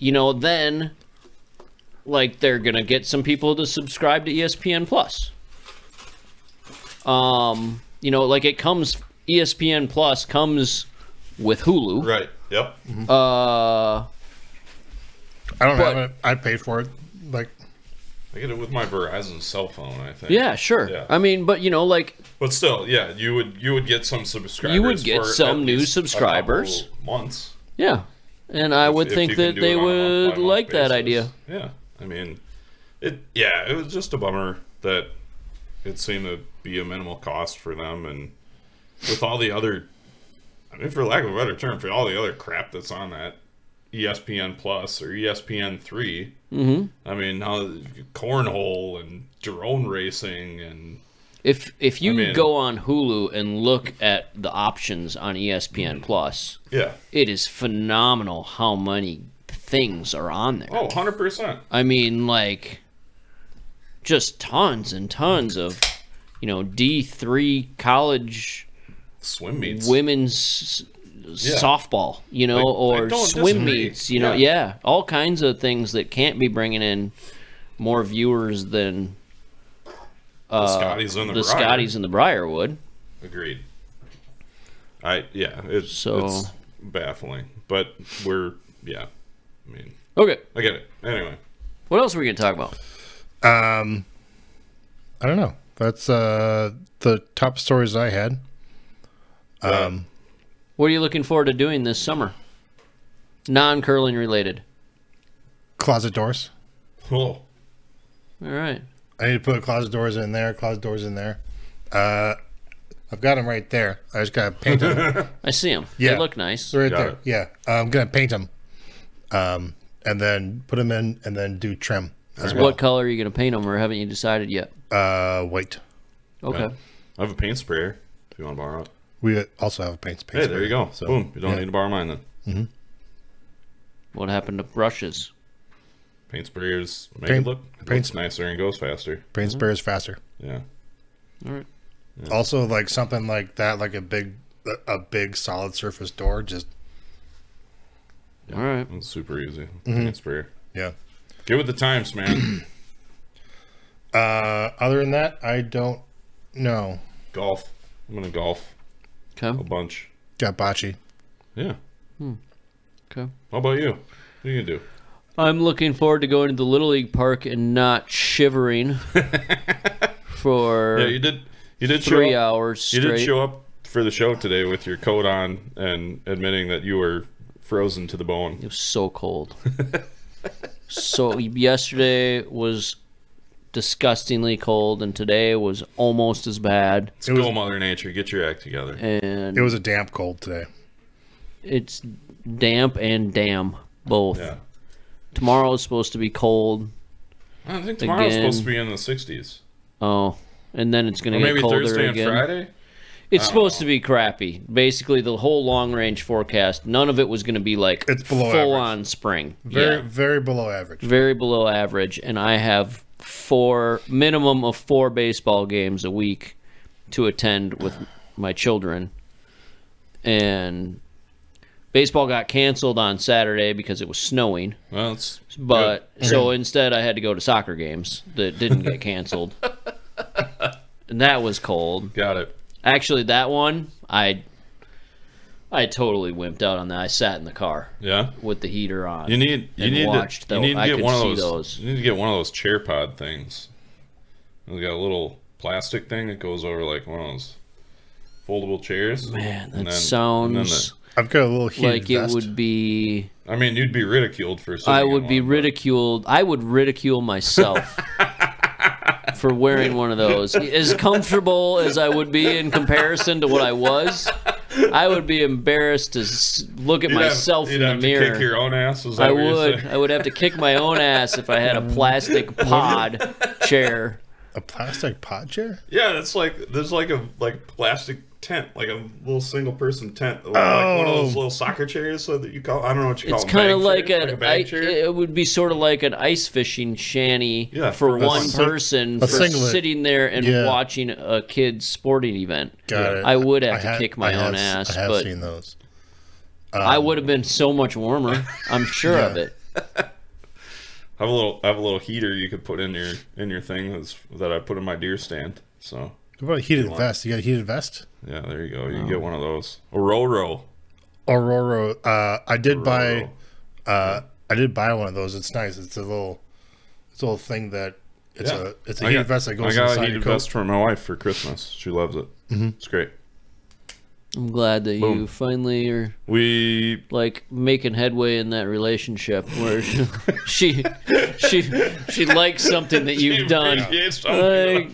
Speaker 2: you know, then like they're gonna get some people to subscribe to E ESPN Plus. Um, you know, like it comes E ESPN Plus comes with Hulu.
Speaker 3: Right. Yep.
Speaker 2: Uh,
Speaker 4: I don't
Speaker 2: But-
Speaker 4: have it. I paid for it. Like
Speaker 3: I get it with my Verizon cell phone. I think.
Speaker 2: yeah, sure.
Speaker 3: Yeah.
Speaker 2: I mean, but you know, like
Speaker 3: But still, yeah, you would you would get some subscribers.
Speaker 2: get
Speaker 3: for
Speaker 2: some
Speaker 3: at
Speaker 2: new
Speaker 3: least a
Speaker 2: subscribers.
Speaker 3: couple Months.
Speaker 2: Yeah. And I would
Speaker 3: if
Speaker 2: think
Speaker 3: you can
Speaker 2: that
Speaker 3: do
Speaker 2: they
Speaker 3: it on a
Speaker 2: would
Speaker 3: month-by-month
Speaker 2: like that
Speaker 3: basis.
Speaker 2: idea.
Speaker 3: Yeah, I mean, it. Yeah, it was just a bummer that it seemed to be a minimal cost for them, and with all the other, I mean, for lack of a better term, for all the other crap that's on that E ESPN Plus or E ESPN 3 Mm-hmm. I mean, now cornhole and drone racing and
Speaker 2: If if you
Speaker 3: mean-
Speaker 2: go on Hulu and look at the options on E
Speaker 3: Mm-hmm.
Speaker 2: ESPN Plus,
Speaker 3: yeah,
Speaker 2: it is phenomenal how many things are on there.
Speaker 3: oh, 100 percent.
Speaker 2: I mean, like just tons and tons of you know, D3 college
Speaker 3: Swim meets.
Speaker 2: women's s softball, you know, or
Speaker 3: don't
Speaker 2: swim
Speaker 3: disagree.
Speaker 2: meets, you know, yeah.
Speaker 3: Yeah.
Speaker 2: all kinds of things that can't be bringing in more viewers than
Speaker 3: the Scotties in the,
Speaker 2: the,
Speaker 3: Briar.
Speaker 2: Scotties and the Briar would.
Speaker 3: Agreed. I yeah, it's
Speaker 2: So-
Speaker 3: it's baffling, but we're yeah. I mean,
Speaker 2: Okay,
Speaker 3: I get it. Anyway,
Speaker 2: what else are we gonna talk about?
Speaker 4: Um, I don't know. That's uh, the top stories I had. Um,
Speaker 2: What are you looking forward to doing this summer? Non curling related.
Speaker 4: closet doors.
Speaker 3: oh,
Speaker 2: All right.
Speaker 4: I need to put closet doors in there. Closet doors in there. Uh, I've got them right there. I just gotta
Speaker 3: <laughs>
Speaker 4: paint them.
Speaker 2: I see them. They
Speaker 4: Yeah.
Speaker 2: look nice.
Speaker 4: They're right
Speaker 3: Got
Speaker 4: there.
Speaker 3: it.
Speaker 4: Yeah, uh, I'm gonna paint them, um, and then put them in, and then do trim as well.
Speaker 2: What color are you gonna paint them, or haven't you decided yet?
Speaker 4: Uh, white.
Speaker 2: Okay.
Speaker 3: I have a paint sprayer. If you want to borrow it,
Speaker 4: We also have a paint. paint
Speaker 3: hey, there you go. Boom. You don't
Speaker 4: yeah.
Speaker 3: need to borrow mine then.
Speaker 2: What happened to brushes?
Speaker 3: Paint sprayers make
Speaker 4: Paint-
Speaker 3: it look it
Speaker 4: paint
Speaker 3: looks nicer and goes faster.
Speaker 4: Paint sprayers faster.
Speaker 3: Yeah.
Speaker 4: Also, like something like that, like a big, a- a big solid surface door. Just
Speaker 2: All right.
Speaker 3: It's super easy. Paint sprayer.
Speaker 4: yeah.
Speaker 3: Get with the times, <coughs> man.
Speaker 4: Uh, other than that, I don't know.
Speaker 3: golf. I'm gonna golf a
Speaker 2: Okay.
Speaker 3: bunch.
Speaker 4: Got bocce.
Speaker 3: Yeah.
Speaker 2: Okay.
Speaker 3: How about you? What are you gonna do?
Speaker 2: I'm looking forward to going to the Little League Park and
Speaker 3: <laughs>
Speaker 2: not shivering for
Speaker 3: Yeah, you did. You did show
Speaker 2: three uh,
Speaker 3: up-
Speaker 2: hours
Speaker 3: You
Speaker 2: straight.
Speaker 3: did show up for the show today with your coat on and admitting that you were frozen to the bone.
Speaker 2: It was so cold. so yesterday was disgustingly cold, and today was almost as bad.
Speaker 3: Let's go, Mother Nature. Get your act together.
Speaker 2: And
Speaker 4: It was a damp cold today.
Speaker 2: it's damp and damn both.
Speaker 3: Yeah.
Speaker 2: Tomorrow is supposed to be cold.
Speaker 3: I think tomorrow's
Speaker 2: Again.
Speaker 3: supposed to be in the 60s.
Speaker 2: Oh, and then it's going
Speaker 3: Or
Speaker 2: to get
Speaker 3: maybe
Speaker 2: colder
Speaker 3: Thursday
Speaker 2: again.
Speaker 3: and Friday?
Speaker 2: It's supposed to be crappy. Basically, the whole long range forecast, none of it was going to be like
Speaker 4: It's below
Speaker 2: full
Speaker 4: average.
Speaker 2: on spring.
Speaker 4: Very,
Speaker 2: yeah,
Speaker 4: very below average.
Speaker 2: very below average. And I have four minimum of four baseball games a week to attend with my children. And baseball got canceled on Saturday because it was snowing.
Speaker 3: Well, it's
Speaker 2: But so instead, I had to go to soccer games that didn't
Speaker 3: <laughs>
Speaker 2: get canceled. and that was cold.
Speaker 3: got it.
Speaker 2: Actually, that one I I totally wimped out on that. I sat in the car
Speaker 3: Yeah.
Speaker 2: with the heater on.
Speaker 3: You need you
Speaker 2: And
Speaker 3: need
Speaker 2: watched,
Speaker 3: to,
Speaker 2: though.
Speaker 3: you need
Speaker 2: I
Speaker 3: to get
Speaker 2: could
Speaker 3: one of
Speaker 2: see
Speaker 3: those,
Speaker 2: those.
Speaker 3: You need to get one of those chair pod things. It's got a little plastic thing that goes over like one of those foldable chairs.
Speaker 2: Man, that
Speaker 3: And then- and then
Speaker 2: sounds
Speaker 4: I've got a little heated
Speaker 2: like it
Speaker 4: vest.
Speaker 2: would be
Speaker 3: I mean, you'd be ridiculed for. sitting
Speaker 2: I
Speaker 3: in
Speaker 2: would be
Speaker 3: one, but-
Speaker 2: ridiculed. I would
Speaker 3: <laughs>
Speaker 2: ridicule myself for wearing one of those. As comfortable as I would be in comparison to what I was, I would be embarrassed to s- look at
Speaker 3: You'd have-
Speaker 2: myself
Speaker 3: you'd
Speaker 2: in the
Speaker 3: have
Speaker 2: mirror.
Speaker 3: To kick your own ass. Is that
Speaker 2: I
Speaker 3: what you're
Speaker 2: would.
Speaker 3: saying?
Speaker 2: I would have to kick my own ass if I had a
Speaker 3: <laughs>
Speaker 2: plastic pod chair.
Speaker 4: A plastic pod chair?
Speaker 3: Yeah, it's like there's like a like plastic tent, like a little single person tent, like one of those
Speaker 4: Oh.
Speaker 3: little soccer chairs so that you call. I don't know what you call.
Speaker 2: It's
Speaker 3: kind of
Speaker 2: like
Speaker 3: chair,
Speaker 2: an
Speaker 3: Oh, like a
Speaker 2: I,
Speaker 3: bag chair.
Speaker 2: it would be sort of like an ice fishing shanty
Speaker 3: Yeah,
Speaker 2: for
Speaker 3: a
Speaker 2: one
Speaker 4: sing-
Speaker 2: person
Speaker 4: a
Speaker 2: for
Speaker 4: singlet.
Speaker 2: sitting there and
Speaker 4: Yeah.
Speaker 2: watching a kid's sporting event.
Speaker 4: Got it.
Speaker 2: I would have
Speaker 4: I
Speaker 2: to
Speaker 4: ha-
Speaker 2: kick my
Speaker 4: I
Speaker 2: own
Speaker 4: have-
Speaker 2: ass,
Speaker 4: I have
Speaker 2: but
Speaker 4: seen those.
Speaker 2: I would have been so much warmer. I'm sure of
Speaker 4: Yeah.
Speaker 2: it.
Speaker 3: I have a little, I have a little heater you could put in your in your thing that's, that I put in my deer stand. So
Speaker 4: What about a heated vest? You got a heated vest?
Speaker 3: yeah, there you go. You can get one of those. A Roro.
Speaker 4: Aurora. Uh, I did buy.
Speaker 3: Roro.
Speaker 4: Uh, I did buy one of those. It's nice. It's a little. It's a little thing that. It's
Speaker 3: Yeah.
Speaker 4: a. It's a
Speaker 3: I
Speaker 4: heated
Speaker 3: got-
Speaker 4: vest that
Speaker 3: I
Speaker 4: goes
Speaker 3: got
Speaker 4: inside
Speaker 3: a
Speaker 4: your
Speaker 3: heated
Speaker 4: coat.
Speaker 3: vest for my wife for Christmas. She loves it.
Speaker 2: Mm-hmm.
Speaker 3: It's great.
Speaker 2: I'm glad that you finally are
Speaker 3: We
Speaker 2: like making headway in that relationship where <laughs> she she she, she likes something that you've done.
Speaker 3: appreciates something.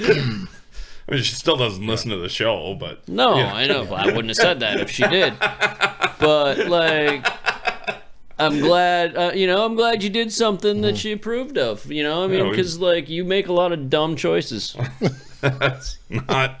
Speaker 3: <laughs> I mean, she still doesn't listen to the show, but
Speaker 2: No,
Speaker 3: Yeah.
Speaker 2: I know. I wouldn't have said that if she did. But like, I'm glad. Uh, you know, I'm glad you did something that she approved of. You know, I mean,
Speaker 3: Mm-hmm. Yeah, we-
Speaker 2: because like you make a lot of dumb choices.
Speaker 3: that's not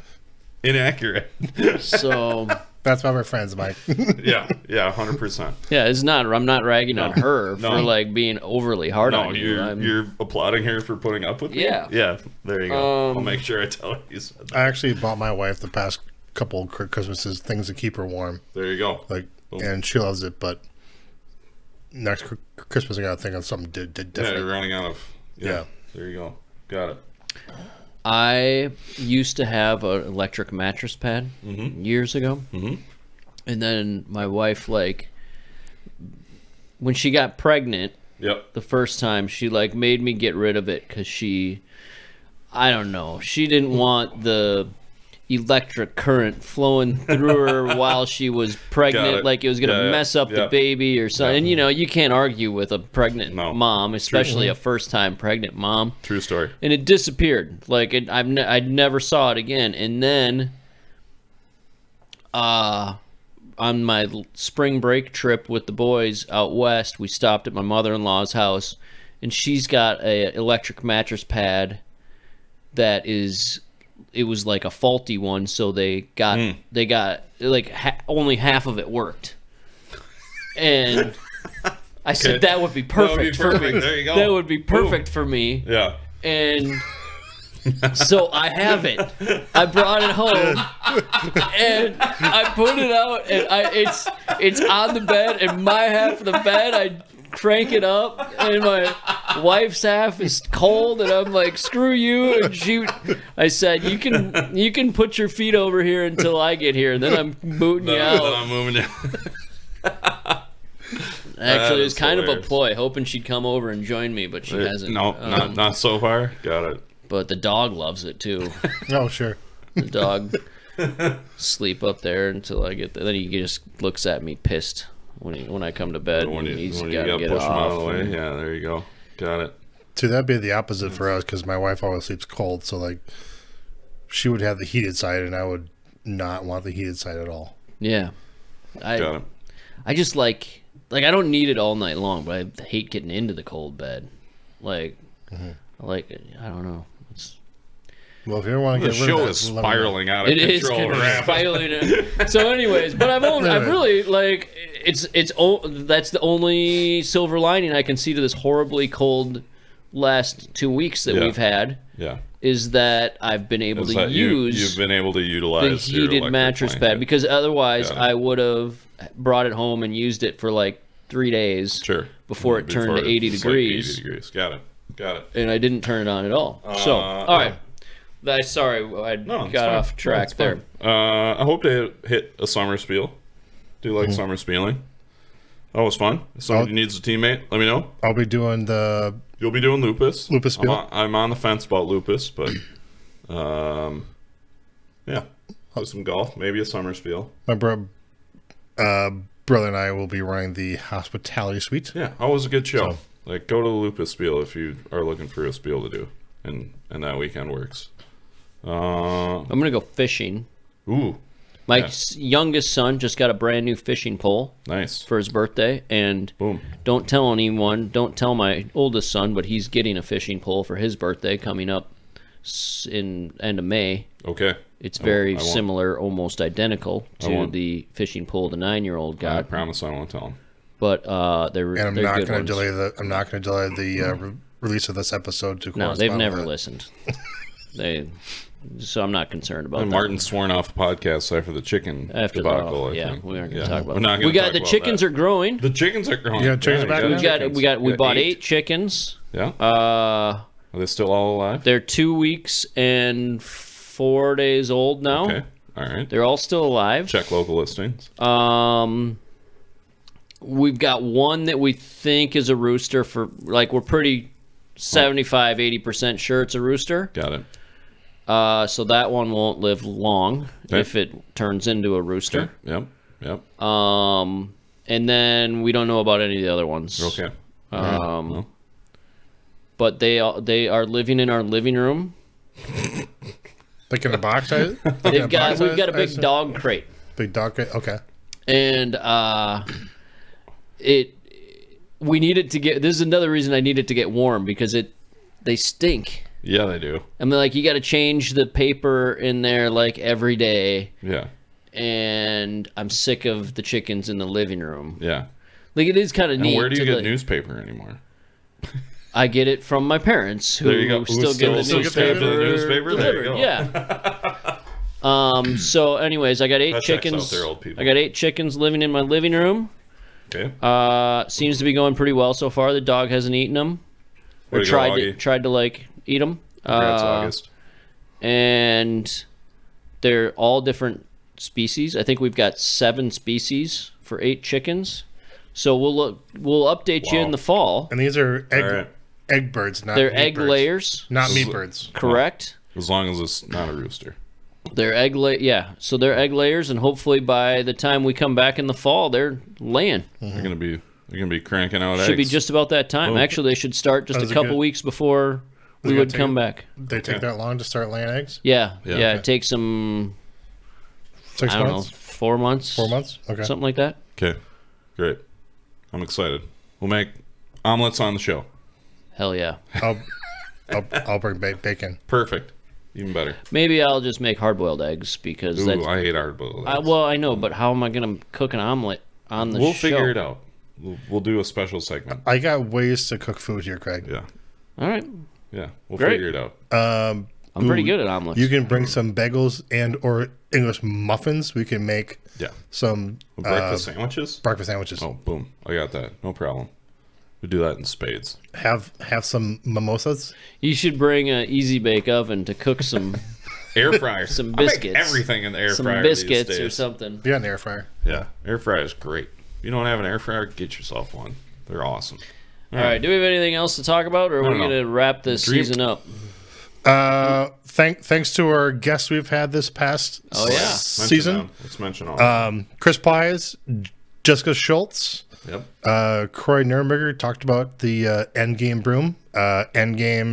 Speaker 3: inaccurate. <laughs>
Speaker 2: So
Speaker 4: That's why we're friends, Mike. <laughs>
Speaker 3: yeah, yeah, hundred
Speaker 2: <laughs>
Speaker 3: percent.
Speaker 2: yeah, it's not. I'm not ragging on her
Speaker 3: No.
Speaker 2: for like being overly hard
Speaker 3: No,
Speaker 2: on you.
Speaker 3: you're
Speaker 2: I'm,
Speaker 3: you're applauding her for putting up with me.
Speaker 2: Yeah.
Speaker 3: yeah. There you go. I'll
Speaker 2: Um,
Speaker 3: make sure I tell her you said that.
Speaker 4: I actually bought my wife the past couple of Chri- Christmases things to keep her warm,
Speaker 3: There you go.
Speaker 4: like,
Speaker 2: Oh.
Speaker 4: and she loves it. But next Chr- Christmas, I gotta think of something di- di-
Speaker 3: yeah,
Speaker 4: different.
Speaker 3: you're running out of. Yeah,
Speaker 4: Yeah.
Speaker 3: There you go. Got it.
Speaker 2: I used to have an electric mattress pad years ago, mm-hmm. and then my wife like when she got pregnant.
Speaker 3: Yep.
Speaker 2: the first time she like made me get rid of it because she i don't know she didn't want the electric current flowing
Speaker 3: <laughs>
Speaker 2: through her while she was
Speaker 3: Got
Speaker 2: pregnant
Speaker 3: it.
Speaker 2: like it was gonna
Speaker 3: Yeah, yeah,
Speaker 2: mess up
Speaker 3: yeah.
Speaker 2: the baby or something and you know you can't argue with a pregnant
Speaker 3: No.
Speaker 2: mom especially a first time pregnant mom
Speaker 3: True story.
Speaker 2: and it disappeared. Like it, I've ne- I never saw it again. And then, uh, on my l- spring break trip with the boys out west, we stopped at my mother in law's house, and she's got a electric mattress pad that is. It was like a faulty one, so they got
Speaker 3: Hmm.
Speaker 2: they got like ha- only half of it worked, and
Speaker 3: <laughs>
Speaker 2: I said
Speaker 3: Okay.
Speaker 2: that would be
Speaker 3: That would
Speaker 2: perfect.
Speaker 3: be
Speaker 2: for me.
Speaker 3: perfect. There you go.
Speaker 2: That would be perfect for me
Speaker 3: Yeah. <laughs>
Speaker 2: and so I have it. I brought it home and I put it out and I it's it's on the bed and my half of the bed I crank it up and my wife's half is cold and I'm like screw you and she I said you can you can put your feet over here until I get here and then I'm booting
Speaker 3: <laughs>
Speaker 2: you
Speaker 3: Then
Speaker 2: out.
Speaker 3: I'm moving. down.
Speaker 2: Actually it was
Speaker 3: is
Speaker 2: kind of
Speaker 3: hilarious. Uh,
Speaker 2: a ploy hoping she'd come over and join me but she hasn't.
Speaker 3: <laughs> no,
Speaker 2: Um,
Speaker 3: not not so far. Got it.
Speaker 2: but the dog loves it too.
Speaker 4: Oh, sure.
Speaker 3: <laughs>
Speaker 2: the dog sleep up there until I get there. Then he just looks at me pissed when he, when I come to bed.
Speaker 3: When you,
Speaker 2: and he's
Speaker 3: when you
Speaker 2: got to
Speaker 3: got
Speaker 2: get
Speaker 3: pushed out of
Speaker 2: off.
Speaker 3: the way. Yeah. There you go. Got it.
Speaker 4: See, that'd be the opposite for us because my wife always sleeps cold. So, like, she would have the heated side, and I would not want the heated side at all.
Speaker 2: Yeah,
Speaker 3: Got
Speaker 2: I
Speaker 3: it.
Speaker 2: I just like like I don't need it all night long, but I hate getting into the cold bed. Like
Speaker 3: Mm-hmm.
Speaker 2: I like I don't know. It's,
Speaker 4: Well, if you ever want to
Speaker 3: The
Speaker 4: get rid of
Speaker 3: show
Speaker 4: that,
Speaker 3: is
Speaker 4: let me know.
Speaker 3: spiraling out of
Speaker 2: it is
Speaker 3: control.
Speaker 2: kind <laughs> of spiraling out. So, anyways, but I've only, I've really like it's it's o- that's the only silver lining I can see to this horribly cold last two weeks that
Speaker 3: Yeah.
Speaker 2: we've had.
Speaker 3: yeah.
Speaker 2: is that I've been able
Speaker 3: Is
Speaker 2: to
Speaker 3: that you,
Speaker 2: use
Speaker 3: you've been able to
Speaker 2: the
Speaker 3: utilize your
Speaker 2: heated
Speaker 3: electric
Speaker 2: mattress
Speaker 3: blanket.
Speaker 2: pad because otherwise
Speaker 3: Got it.
Speaker 2: I would have brought it home and used it for like three days
Speaker 3: sure
Speaker 2: before it turned to
Speaker 3: Before
Speaker 2: 80
Speaker 3: it's like
Speaker 2: degrees,
Speaker 3: 80 degrees. Got it. Got it.
Speaker 2: and I didn't turn it on at all. so,
Speaker 3: Uh,
Speaker 2: all right. I, sorry, I
Speaker 3: No, it's
Speaker 2: got
Speaker 3: Oh, fine.
Speaker 2: off track
Speaker 3: It's
Speaker 2: there.
Speaker 3: fine. Uh, I hope to hit a summer spiel. Do you like summer spieling? That was fun. If somebody
Speaker 4: Oh.
Speaker 3: needs a teammate, let me know.
Speaker 4: I'll be doing the.
Speaker 3: You'll be doing lupus.
Speaker 4: Lupus
Speaker 3: I'm
Speaker 4: spiel?
Speaker 3: on, I'm on the fence about lupus, but um, yeah, do some golf, maybe a summer spiel.
Speaker 4: My bro, uh, brother and I will be running the hospitality suite.
Speaker 3: Yeah, always a good show. like go to the Lupus Spiel if you are looking for a spiel to do, and and that weekend works. Uh,
Speaker 2: I'm gonna go fishing.
Speaker 3: ooh,
Speaker 2: My s youngest son just got a brand new fishing pole
Speaker 3: nice.
Speaker 2: for his birthday, and
Speaker 3: Boom.
Speaker 2: don't tell anyone, don't tell my oldest son, but he's getting a fishing pole for his birthday coming up s- in end of May.
Speaker 3: Okay.
Speaker 2: It's very
Speaker 3: I won't.
Speaker 2: similar, almost identical to
Speaker 3: won't.
Speaker 2: the fishing pole the nine-year-old
Speaker 3: I
Speaker 2: got,
Speaker 3: promise I won't tell him.
Speaker 2: but uh, they're
Speaker 4: And I'm
Speaker 2: they're
Speaker 4: not
Speaker 2: good
Speaker 4: going to
Speaker 2: ones.
Speaker 4: delay the. I'm not going to delay the uh,
Speaker 3: Mm-hmm.
Speaker 4: re- release of this episode to.
Speaker 2: No, they've
Speaker 4: correspond
Speaker 2: never
Speaker 4: with
Speaker 3: <laughs>
Speaker 4: it.
Speaker 2: listened. they, so I'm not concerned about
Speaker 3: And
Speaker 2: that.
Speaker 3: Martin sworn off the podcast after the chicken
Speaker 2: After the-
Speaker 3: debacle.
Speaker 2: oh,
Speaker 3: I
Speaker 2: yeah,
Speaker 3: think.
Speaker 2: we aren't gonna talk about
Speaker 3: We're
Speaker 2: that.
Speaker 3: not gonna
Speaker 2: we got
Speaker 3: talk
Speaker 2: the
Speaker 3: about
Speaker 2: chickens
Speaker 3: that.
Speaker 2: are growing.
Speaker 3: The chickens are growing.
Speaker 4: You got chickens back
Speaker 2: we
Speaker 4: now?
Speaker 2: got we got we
Speaker 3: You
Speaker 2: bought eight chickens.
Speaker 3: Yeah.
Speaker 2: Uh,
Speaker 3: are they still all alive?
Speaker 2: they're two weeks and four days old now.
Speaker 3: Okay. All right.
Speaker 2: They're all still alive.
Speaker 3: Check local listings.
Speaker 2: Um, we've got one that we think is a rooster for like we're pretty 75 80% sure it's a rooster.
Speaker 3: Got it.
Speaker 2: Uh, so that one won't live long
Speaker 3: Okay.
Speaker 2: if it turns into a rooster.
Speaker 3: Yep. Yep.
Speaker 2: Um, and then we don't know about any of the other ones.
Speaker 3: Okay.
Speaker 2: Um,
Speaker 3: Well.
Speaker 2: but they are, they are living in our living room.
Speaker 4: Like in a box.
Speaker 2: <laughs>
Speaker 4: I, like in a
Speaker 2: They've got
Speaker 4: box, I-
Speaker 2: we've got a
Speaker 4: I
Speaker 2: big
Speaker 4: assume?
Speaker 2: dog crate.
Speaker 4: Big dog. crate, Okay.
Speaker 2: and uh, it we needed to get this is another reason I needed to get warm because it they stink.
Speaker 3: Yeah, they do.
Speaker 2: I mean, like you got to change the paper in there like every day,
Speaker 3: Yeah.
Speaker 2: and I'm sick of the chickens in the living room.
Speaker 3: Yeah.
Speaker 2: Like it is kind of
Speaker 3: And
Speaker 2: neat.
Speaker 3: where do you
Speaker 2: to,
Speaker 3: get
Speaker 2: like-
Speaker 3: newspaper anymore?
Speaker 2: I get it from my parents who
Speaker 3: There you go. Who
Speaker 2: still,
Speaker 3: still-
Speaker 2: get the
Speaker 3: still get the
Speaker 2: newspaper.
Speaker 3: newspaper? There you
Speaker 2: delivered,
Speaker 3: go.
Speaker 2: Yeah.
Speaker 3: <laughs>
Speaker 2: um. So, anyways, I got eight
Speaker 3: That checks out
Speaker 2: chickens.
Speaker 3: their old people.
Speaker 2: I got eight chickens living in my living room.
Speaker 3: Okay.
Speaker 2: Uh, seems to be going pretty well so far. The dog hasn't eaten them. Or
Speaker 3: Way to go,
Speaker 2: tried to,
Speaker 3: Augie.
Speaker 2: tried to like eat them.
Speaker 3: Congrats,
Speaker 2: uh,
Speaker 3: August.
Speaker 2: And they're all different species. I think we've got seven species for eight chickens. So we'll look. We'll update you
Speaker 3: Wow.
Speaker 2: in the fall.
Speaker 4: And these are egg
Speaker 3: All right.
Speaker 4: egg birds, not
Speaker 2: They're
Speaker 4: meat
Speaker 2: egg
Speaker 4: birds.
Speaker 2: layers,
Speaker 4: not meat birds.
Speaker 2: correct?
Speaker 3: As long as it's not a rooster.
Speaker 2: They're egg lay. Yeah. So they're egg layers, and hopefully by the time we come back in the fall, they're laying.
Speaker 3: They're gonna be they're gonna be cranking out eggs.
Speaker 2: Mm-hmm. Should be just about that time.
Speaker 3: Oh.
Speaker 2: Actually, they should start just
Speaker 4: How's
Speaker 2: a
Speaker 4: it
Speaker 2: couple
Speaker 4: good?
Speaker 2: weeks before we
Speaker 4: it
Speaker 2: would
Speaker 4: good?
Speaker 2: come back.
Speaker 4: They take that long to start laying eggs.
Speaker 2: Yeah,
Speaker 3: Yeah.
Speaker 2: yeah.
Speaker 3: Okay.
Speaker 2: It takes them
Speaker 4: Six
Speaker 2: I don't
Speaker 4: months.
Speaker 2: know four months,
Speaker 4: Four months. Okay.
Speaker 2: something like that.
Speaker 3: Okay. Great. I'm excited. We'll make omelets on the show.
Speaker 2: Hell yeah.
Speaker 4: I'll, I'll, I'll bring ba- bacon.
Speaker 3: Perfect. Even better.
Speaker 2: Maybe I'll just make hard boiled eggs because
Speaker 3: Ooh,
Speaker 2: that's
Speaker 3: I hate hard boiled
Speaker 2: I, well I know, but how am I gonna cook an omelet on the
Speaker 3: we'll
Speaker 2: show?
Speaker 3: figure it out. We'll, we'll do a special segment.
Speaker 4: I got ways to cook food here, Craig.
Speaker 3: Yeah.
Speaker 2: All right,
Speaker 3: Yeah. We'll
Speaker 2: Great.
Speaker 3: figure it out.
Speaker 4: Um,
Speaker 2: I'm pretty
Speaker 3: Mm.
Speaker 4: Ooh,
Speaker 2: good at omelets.
Speaker 4: you can bring some bagels and or English muffins. We can make
Speaker 3: Yeah.
Speaker 4: some uh,
Speaker 3: Breakfast sandwiches.
Speaker 4: breakfast sandwiches.
Speaker 3: Oh, boom. I got that. No problem. We do that in spades.
Speaker 4: Have have some mimosas.
Speaker 2: You should bring an easy bake oven
Speaker 3: <laughs>
Speaker 2: to cook some <laughs>
Speaker 3: Air fryer.
Speaker 2: Some
Speaker 3: I make
Speaker 2: biscuits.
Speaker 3: everything in the air
Speaker 2: some
Speaker 3: fryer. these
Speaker 2: biscuits or
Speaker 3: days.
Speaker 2: something.
Speaker 4: Yeah, an air fryer.
Speaker 3: Yeah. Air fryer is great. If you don't have an air fryer, get yourself one. They're awesome.
Speaker 2: All right, do we have anything else to talk about, or are we
Speaker 3: no, no.
Speaker 2: gonna wrap this
Speaker 3: Dream-
Speaker 2: season up?
Speaker 4: Uh, thank thanks to our guests we've had this past
Speaker 2: Oh, yeah.
Speaker 4: s-
Speaker 3: Mention
Speaker 4: season.
Speaker 3: them. Let's mention all.
Speaker 4: Um, Chris Pies, Jessica Schultz,
Speaker 3: yep.
Speaker 4: uh, Corey Nuremberger talked about the uh, Endgame broom. Uh,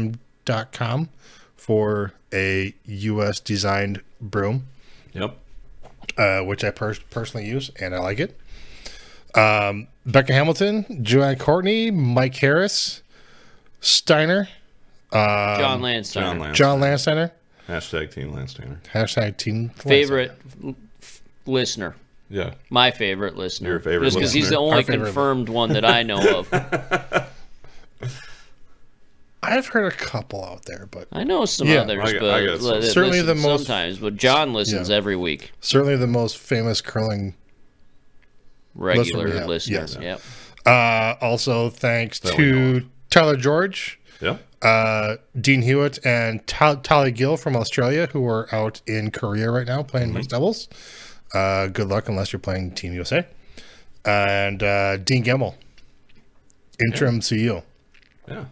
Speaker 4: endgame.com for a U.S. designed broom.
Speaker 3: Yep.
Speaker 4: uh, which I per- personally use and I like it. Um, Becca Hamilton, Joanne Courtney, Mike Harris, Steiner,
Speaker 2: John Lansdowne.
Speaker 3: Um, John Lance.
Speaker 4: John Landsteiner,
Speaker 3: Hashtag Team Lance Tanner.
Speaker 4: hashtag team
Speaker 2: favorite f- f- listener.
Speaker 3: Yeah.
Speaker 2: My favorite listener.
Speaker 3: Your favorite
Speaker 2: Just because he's
Speaker 3: listener.
Speaker 2: the only
Speaker 4: Our favorite.
Speaker 2: confirmed one that I know of.
Speaker 3: <laughs>
Speaker 4: I've heard a couple out there, but
Speaker 2: I know some
Speaker 4: Yeah.
Speaker 2: others,
Speaker 3: I got-
Speaker 2: but
Speaker 3: I got some.
Speaker 2: li- that
Speaker 4: Certainly the
Speaker 2: listens
Speaker 4: most-
Speaker 2: sometimes. But John listens
Speaker 4: Yeah.
Speaker 2: every week,
Speaker 4: certainly the most famous curling.
Speaker 2: regular
Speaker 4: yeah.
Speaker 2: listener.
Speaker 4: Yes.
Speaker 2: Yep.
Speaker 4: Uh, also, thanks
Speaker 3: we
Speaker 4: to Tyler George,
Speaker 3: Yep.
Speaker 4: uh, Dean Hewitt, and Ta- Tali Gill from Australia, who are out in Korea right now
Speaker 3: Mm-hmm.
Speaker 4: playing mixed doubles. Uh, good luck unless you're playing Team USA. And uh, Dean Gemmel, interim E CEO.
Speaker 3: Yeah.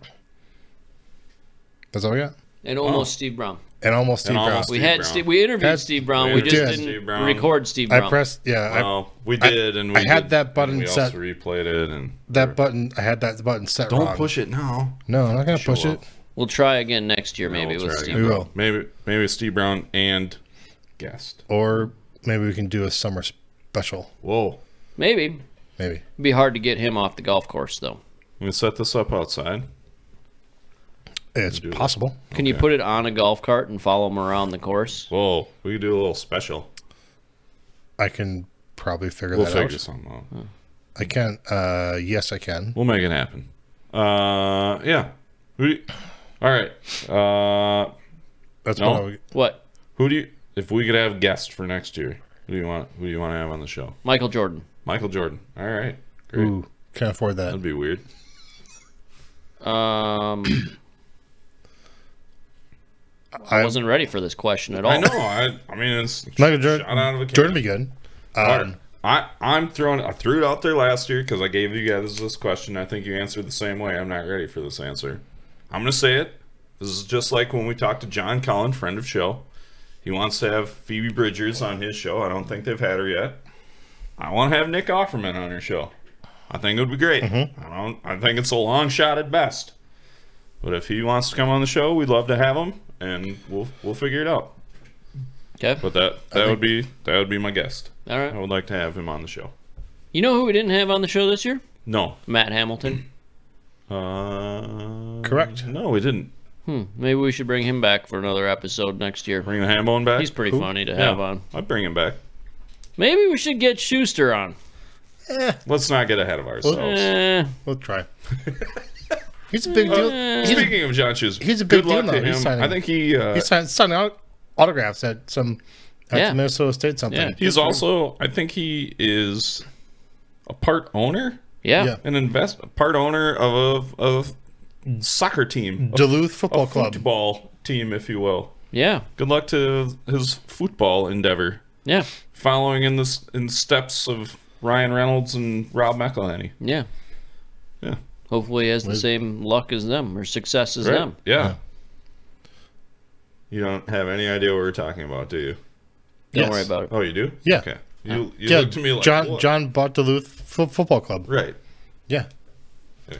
Speaker 4: That's all we got.
Speaker 2: And almost Steve Brown.
Speaker 4: and almost Steve Brown.
Speaker 3: almost
Speaker 2: We
Speaker 3: Oh. Steve
Speaker 2: had
Speaker 3: Brown.
Speaker 2: Steve, we interviewed
Speaker 4: That's-
Speaker 2: Steve Brown.
Speaker 3: we
Speaker 2: We just
Speaker 4: did.
Speaker 2: didn't
Speaker 3: Steve Brown.
Speaker 2: record Steve Brown.
Speaker 4: I pressed yeah, I,
Speaker 3: Well, we did, and we
Speaker 4: I had
Speaker 3: did-
Speaker 4: that button
Speaker 3: and we
Speaker 4: set-
Speaker 3: also replayed it, and
Speaker 4: that button I had that button set
Speaker 3: don't
Speaker 4: wrong.
Speaker 3: push it now.
Speaker 4: No, I'm not gonna
Speaker 3: Sure.
Speaker 4: push it.
Speaker 2: We'll try again next year, maybe
Speaker 3: we'll
Speaker 2: with
Speaker 3: try
Speaker 2: Steve.
Speaker 4: We
Speaker 3: again.
Speaker 4: will.
Speaker 3: Maybe maybe Steve Brown and guest.
Speaker 4: Or maybe we can do a summer special.
Speaker 3: Whoa,
Speaker 2: Maybe it'd
Speaker 4: Maybe.
Speaker 2: be hard to get him off the golf course though.
Speaker 3: I'm gonna set this up outside.
Speaker 4: It's
Speaker 3: that.
Speaker 4: possible.
Speaker 2: Can you put it on a golf cart and follow him around the course?
Speaker 3: Whoa, we could do a little special.
Speaker 4: I can probably figure
Speaker 3: We'll
Speaker 4: that
Speaker 3: figure
Speaker 4: out.
Speaker 3: something out.
Speaker 4: I can uh yes I can.
Speaker 3: We'll make it happen. Uh, yeah. We, all right. Uh,
Speaker 4: That's
Speaker 3: No.
Speaker 4: what I would-
Speaker 2: What?
Speaker 3: who do you? If we could have guests for next year, who do you want? Who do you want to have on the show?
Speaker 2: Michael Jordan.
Speaker 3: Michael Jordan. All right. Great.
Speaker 4: Ooh, can't afford that.
Speaker 3: That'd be weird.
Speaker 2: Um,
Speaker 3: <coughs>
Speaker 4: I-
Speaker 2: I wasn't ready for this question at all.
Speaker 3: I know. I, I mean, it's
Speaker 4: Oh. Michael Jordan,
Speaker 3: shot out of a cannon.
Speaker 4: Jordan be good.
Speaker 3: All
Speaker 4: Um,
Speaker 3: right. I, I'm throwing. I threw it out there last year because I gave you guys this question. I think you answered the same way. I'm not ready for this answer. I'm gonna say it. This is just like when we talked to John Collin, friend of show. He wants to have Phoebe Bridgers on his show. I don't think they've had her yet. I want to have Nick Offerman on her show. I think it would be great. I don't. I think it's a long shot at best. But if he wants to come on the show, we'd love to have him, and we'll we'll figure it out.
Speaker 2: Okay.
Speaker 3: But that that would be that would be my guest.
Speaker 2: All
Speaker 3: I
Speaker 2: right.
Speaker 3: would like to have him on the show.
Speaker 2: You know who we didn't have on the show this year?
Speaker 3: No.
Speaker 2: Matt Hamilton.
Speaker 3: Uh,
Speaker 4: Correct.
Speaker 3: No, we didn't.
Speaker 2: Hmm. Maybe we should bring him back for another episode next year.
Speaker 3: Bring the ham bone back.
Speaker 2: He's pretty funny to
Speaker 3: Yeah,
Speaker 2: have on.
Speaker 3: I'd bring him back.
Speaker 2: Maybe we should get Schuster on.
Speaker 3: Let's not get ahead of ourselves.
Speaker 2: Eh,
Speaker 4: eh,
Speaker 3: <laughs>
Speaker 4: We'll try. He's a big deal.
Speaker 3: Uh,
Speaker 4: He's a,
Speaker 3: Speaking of John Schuster,
Speaker 4: he's a big
Speaker 3: good luck
Speaker 4: deal
Speaker 3: to
Speaker 4: now. He's
Speaker 3: him.
Speaker 4: signing-
Speaker 3: I think he uh,
Speaker 4: he's
Speaker 3: he's,
Speaker 4: sign- signing out autographs at some at
Speaker 2: Yeah.
Speaker 4: Minnesota State something.
Speaker 2: Yeah.
Speaker 3: also I think he is a part owner,
Speaker 2: yeah.
Speaker 4: Yeah.
Speaker 3: an invest part owner of a of soccer team, a
Speaker 4: Duluth Football Club.
Speaker 3: football team, if you will.
Speaker 2: Yeah.
Speaker 3: Good luck to his football endeavor,
Speaker 2: Yeah.
Speaker 3: following in this in steps of Ryan Reynolds and Rob McElhenney.
Speaker 2: Yeah.
Speaker 3: Yeah.
Speaker 2: Hopefully he has the same luck as them or success as
Speaker 3: Right?
Speaker 2: them.
Speaker 3: Yeah. You don't have any idea what we're talking about, do you?
Speaker 2: Don't
Speaker 4: Yes.
Speaker 2: worry about it.
Speaker 3: Oh, you do?
Speaker 4: Yeah.
Speaker 3: Okay. You, you
Speaker 4: Yeah,
Speaker 3: look to me like
Speaker 4: John
Speaker 3: "What?"
Speaker 4: John bought Duluth Fo- Football Club.
Speaker 3: Right.
Speaker 4: Yeah,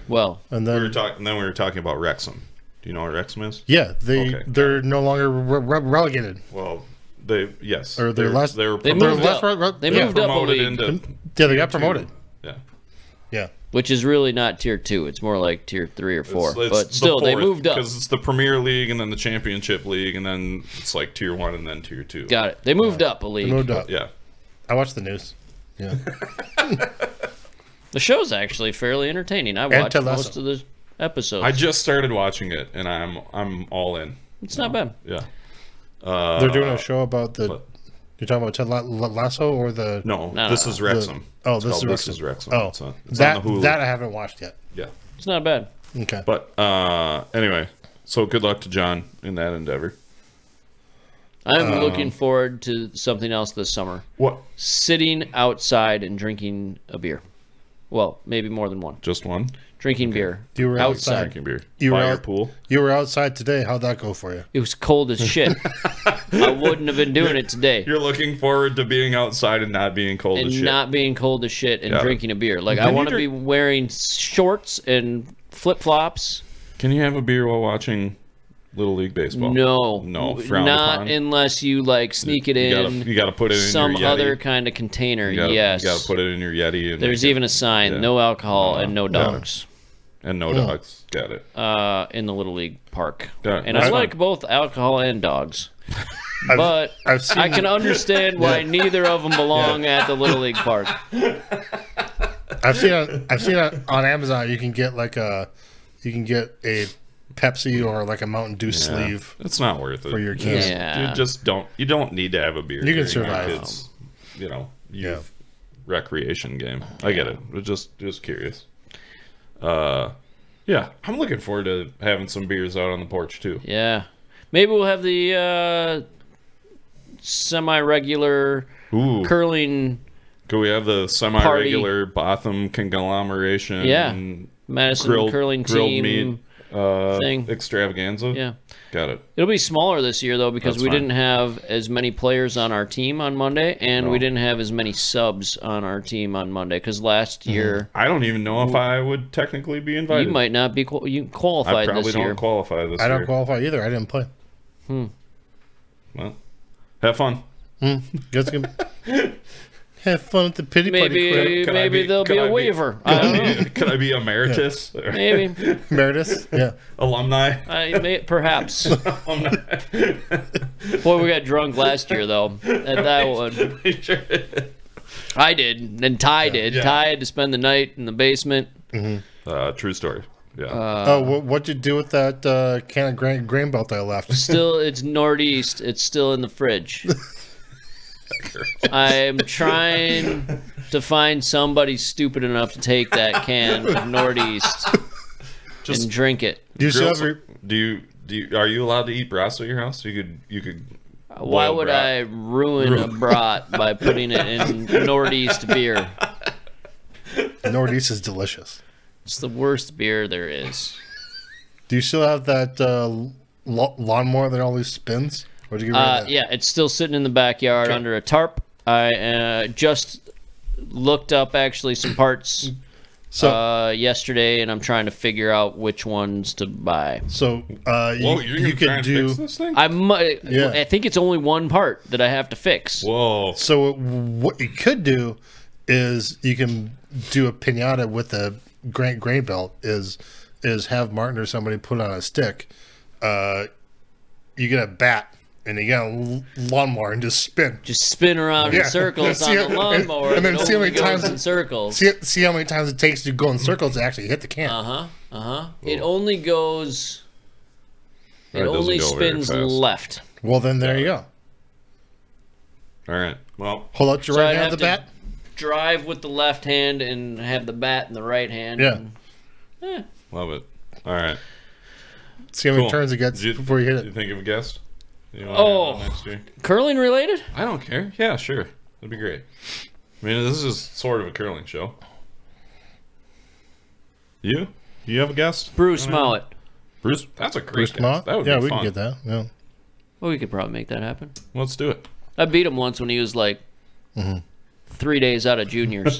Speaker 2: Well,
Speaker 4: and
Speaker 3: We were
Speaker 4: then
Speaker 3: talking. Then we were talking about Wrexham. Do you know what Wrexham is?
Speaker 4: yeah, they
Speaker 3: Okay.
Speaker 4: they're no longer re- re- relegated.
Speaker 3: Well, they yes.
Speaker 4: Or their
Speaker 3: they're-
Speaker 4: last- Mm-hmm.
Speaker 3: They were
Speaker 2: they
Speaker 3: promoted,
Speaker 2: moved
Speaker 4: less
Speaker 2: up.
Speaker 4: ro- ro-
Speaker 2: they
Speaker 4: yeah.
Speaker 2: moved up a
Speaker 3: promoted
Speaker 2: league,
Speaker 3: into.
Speaker 4: Yeah, they got promoted.
Speaker 3: Yeah.
Speaker 4: Yeah,
Speaker 2: which is really not tier two. It's more like tier three or four. but still, they moved up.
Speaker 3: because it's the Premier League and then the Championship League and then it's like tier one and then tier two.
Speaker 2: Got it. They moved up a league.
Speaker 4: moved up.
Speaker 3: Yeah.
Speaker 4: I watched the news.
Speaker 3: <laughs>
Speaker 4: Yeah,
Speaker 2: The show's actually fairly entertaining. I watched
Speaker 4: Teleso.
Speaker 2: most of the episodes.
Speaker 3: I just started watching it and I'm I'm all in.
Speaker 2: it's not bad.
Speaker 3: Yeah.
Speaker 4: they're
Speaker 3: Uh,
Speaker 4: doing a show about the.
Speaker 3: but-
Speaker 4: You're talking about Ted La- La- Lasso or the
Speaker 3: No,
Speaker 2: No,
Speaker 3: this
Speaker 2: no,
Speaker 3: is
Speaker 4: the-
Speaker 3: Wrexham.
Speaker 4: Oh,
Speaker 3: It's
Speaker 4: this is
Speaker 3: called
Speaker 4: Wrexham.
Speaker 3: Wrexham.
Speaker 4: Oh,
Speaker 3: It's on- it's
Speaker 4: that
Speaker 3: on the Hulu.
Speaker 4: that I haven't watched yet.
Speaker 3: yeah.
Speaker 2: It's not bad.
Speaker 4: Okay,
Speaker 3: But uh, anyway, so good luck to John in that endeavor.
Speaker 2: I'm
Speaker 4: Um,
Speaker 2: looking forward to something else this summer.
Speaker 3: What?
Speaker 2: Sitting outside and drinking a beer. Well, maybe more than one.
Speaker 3: Just one
Speaker 2: Drinking beer.
Speaker 4: you were outside.
Speaker 2: outside.
Speaker 3: drinking beer.
Speaker 4: You
Speaker 3: By
Speaker 4: were
Speaker 3: your
Speaker 4: out-
Speaker 3: pool.
Speaker 4: you were outside today. How'd that go for you?
Speaker 2: It was cold as shit. I wouldn't
Speaker 3: <laughs>
Speaker 2: have been doing it today.
Speaker 3: You're looking forward to being outside and not being cold as
Speaker 2: and
Speaker 3: shit.
Speaker 2: not being cold as shit and
Speaker 3: Yeah.
Speaker 2: drinking a beer. Like I
Speaker 3: you
Speaker 2: want to be
Speaker 3: drink-
Speaker 2: wearing shorts and flip flops.
Speaker 3: Can you have a beer while watching Little League baseball?
Speaker 2: no,
Speaker 3: no,
Speaker 2: W-
Speaker 3: frowned
Speaker 2: not
Speaker 3: upon.
Speaker 2: unless you like sneak it
Speaker 3: You gotta,
Speaker 2: in
Speaker 3: you gotta put it in
Speaker 2: some
Speaker 3: your Yeti.
Speaker 2: other kind of container.
Speaker 3: You gotta,
Speaker 2: yes,
Speaker 3: You gotta put it in your Yeti. And
Speaker 2: there's
Speaker 3: make it-
Speaker 2: even a sign:
Speaker 3: yeah.
Speaker 2: no alcohol and no dogs
Speaker 3: and no dogs. Got it.
Speaker 2: uh, in the little league park.
Speaker 3: Yeah,
Speaker 2: and
Speaker 3: that's
Speaker 2: I
Speaker 3: fine.
Speaker 2: like both alcohol and
Speaker 3: <laughs>
Speaker 2: dogs, but
Speaker 4: I've seen.
Speaker 2: I can understand why neither of them belong at the little league park.
Speaker 4: I've seen on, I've seen on, on Amazon you can get like a you can get a Pepsi or like a Mountain Dew
Speaker 3: Yeah.
Speaker 4: sleeve
Speaker 3: It's not worth it.
Speaker 4: for your kids.
Speaker 2: Yeah,
Speaker 3: You just don't. You don't need to have a beer.
Speaker 4: You can
Speaker 3: during your
Speaker 4: survive.
Speaker 3: kids', you know.
Speaker 4: Yeah.
Speaker 3: youth Recreation game. I get it. We're just just curious. Uh, yeah. I'm looking forward to having some beers out on the porch too.
Speaker 2: Yeah. Maybe we'll have the uh, semi regular
Speaker 3: Ooh.
Speaker 2: curling
Speaker 3: Could we have the semi-regular Botham conglomeration?
Speaker 2: Yeah. Madison
Speaker 3: Grilled,
Speaker 2: curling
Speaker 3: grilled
Speaker 2: team
Speaker 3: meat. uh,
Speaker 2: Thing.
Speaker 3: extravaganza.
Speaker 2: Yeah.
Speaker 3: got it.
Speaker 2: It'll be smaller this year though because
Speaker 3: That's
Speaker 2: we
Speaker 3: fine.
Speaker 2: didn't have as many players on our team on Monday, and we
Speaker 3: No.
Speaker 2: didn't have as many subs on our team on Monday because last
Speaker 3: Mm-hmm.
Speaker 2: year
Speaker 3: I don't even know if I would technically be invited.
Speaker 2: you might not be qual- you
Speaker 3: I
Speaker 2: qualified
Speaker 3: probably
Speaker 2: this
Speaker 3: don't
Speaker 2: year.
Speaker 3: qualify this
Speaker 4: I
Speaker 3: year.
Speaker 4: don't qualify either. I didn't play.
Speaker 3: Well, have fun.
Speaker 4: Guess you can
Speaker 3: <laughs>
Speaker 4: have fun at the pity party.
Speaker 2: maybe
Speaker 3: Could I
Speaker 2: maybe
Speaker 3: be-
Speaker 2: there'll
Speaker 3: could
Speaker 2: be
Speaker 3: I
Speaker 2: a
Speaker 3: be-
Speaker 2: waiver. I don't know.
Speaker 3: <laughs> Could I be emeritus or
Speaker 2: Maybe
Speaker 4: Quick. Meredith.
Speaker 3: Uh-huh.
Speaker 4: Yeah.
Speaker 3: alumni? <laughs>
Speaker 2: I may, perhaps.
Speaker 3: Alumni. <laughs>
Speaker 2: Boy, we got drunk last year though at that one.
Speaker 3: Sure.
Speaker 2: I did, and Ty did.
Speaker 3: yeah.
Speaker 2: Ty had to spend the night in the basement.
Speaker 3: uh, true story. Yeah.
Speaker 2: Uh,
Speaker 4: oh, what, what'd you do with that uh, can of grain, grain belt that
Speaker 3: <laughs>
Speaker 4: I left?
Speaker 2: Still, it's northeast. It's still in the fridge. I'm trying to find somebody stupid enough to take that can of northeast and drink it.
Speaker 4: Do you still
Speaker 3: Grill
Speaker 4: have
Speaker 3: some-
Speaker 4: your-
Speaker 3: do you do you, are you allowed to eat brass at your house? You could you could
Speaker 2: Why
Speaker 3: boil
Speaker 2: would
Speaker 3: brat.
Speaker 2: I ruin a brat by putting it in
Speaker 3: <laughs>
Speaker 2: northeast beer?
Speaker 4: Northeast is delicious.
Speaker 2: It's the worst beer there is.
Speaker 4: Do you still have that uh, lo- lawnmower that always spins? Or did you get rid
Speaker 2: Uh,
Speaker 4: of that?
Speaker 2: yeah, it's still sitting in the backyard under a tarp. I uh, just looked up actually some parts
Speaker 4: So,
Speaker 2: uh, yesterday, and I'm trying to figure out which ones to buy.
Speaker 4: so uh, you,
Speaker 3: Whoa, you're gonna try
Speaker 4: you could
Speaker 3: and
Speaker 4: do.
Speaker 3: fix this thing?
Speaker 2: I mu-
Speaker 4: Yeah.
Speaker 2: I think it's only one part that I have to fix.
Speaker 3: Whoa.
Speaker 4: So what you could do is you can do a pinata with a Grant grain belt. Is is have Martin or somebody put on a stick. Uh, you get a bat and you get a l- lawnmower and just spin.
Speaker 2: Just spin around in
Speaker 4: Yeah.
Speaker 2: circles on
Speaker 4: <laughs> See
Speaker 2: the
Speaker 4: how-
Speaker 2: lawnmower,
Speaker 4: and- and then
Speaker 2: it
Speaker 4: see how
Speaker 2: only
Speaker 4: many
Speaker 2: goes
Speaker 4: times-
Speaker 2: in circles.
Speaker 4: See see how many times it takes to go in circles to actually hit the can.
Speaker 2: uh huh. Uh huh. It only goes. It,
Speaker 3: That doesn't
Speaker 2: only
Speaker 3: go very
Speaker 2: spins
Speaker 3: fast.
Speaker 2: left.
Speaker 4: Well, then there you go.
Speaker 3: All right. Well,
Speaker 4: Hold out your
Speaker 2: So I'd
Speaker 4: right hand
Speaker 2: have
Speaker 4: with the
Speaker 2: to-
Speaker 4: bat.
Speaker 2: Drive with the left hand and have the bat in the right hand. eh,
Speaker 4: Yeah.
Speaker 3: love it. All right.
Speaker 4: See how many
Speaker 3: Cool.
Speaker 4: turns it gets
Speaker 3: Do you-
Speaker 4: before you hit
Speaker 3: You
Speaker 4: it.
Speaker 3: think of a guest? You wanna
Speaker 2: Oh.
Speaker 3: have it Next year?
Speaker 2: Curling related?
Speaker 3: I don't care. Yeah, sure. That'd be great. I mean, this is sort of a curling show. You? Do you have a guest?
Speaker 2: Bruce
Speaker 4: Mm-hmm.
Speaker 2: Mowat.
Speaker 3: Bruce? That's a great
Speaker 4: Bruce
Speaker 3: guest.
Speaker 4: Mott?
Speaker 3: That would
Speaker 4: Yeah,
Speaker 3: be
Speaker 4: we
Speaker 3: fun.
Speaker 4: can get that. Yeah.
Speaker 2: Well, we could probably make that happen.
Speaker 3: Let's do it.
Speaker 2: I beat him once when he was like
Speaker 4: Mm-hmm.
Speaker 2: three days out of
Speaker 4: <laughs>
Speaker 2: juniors.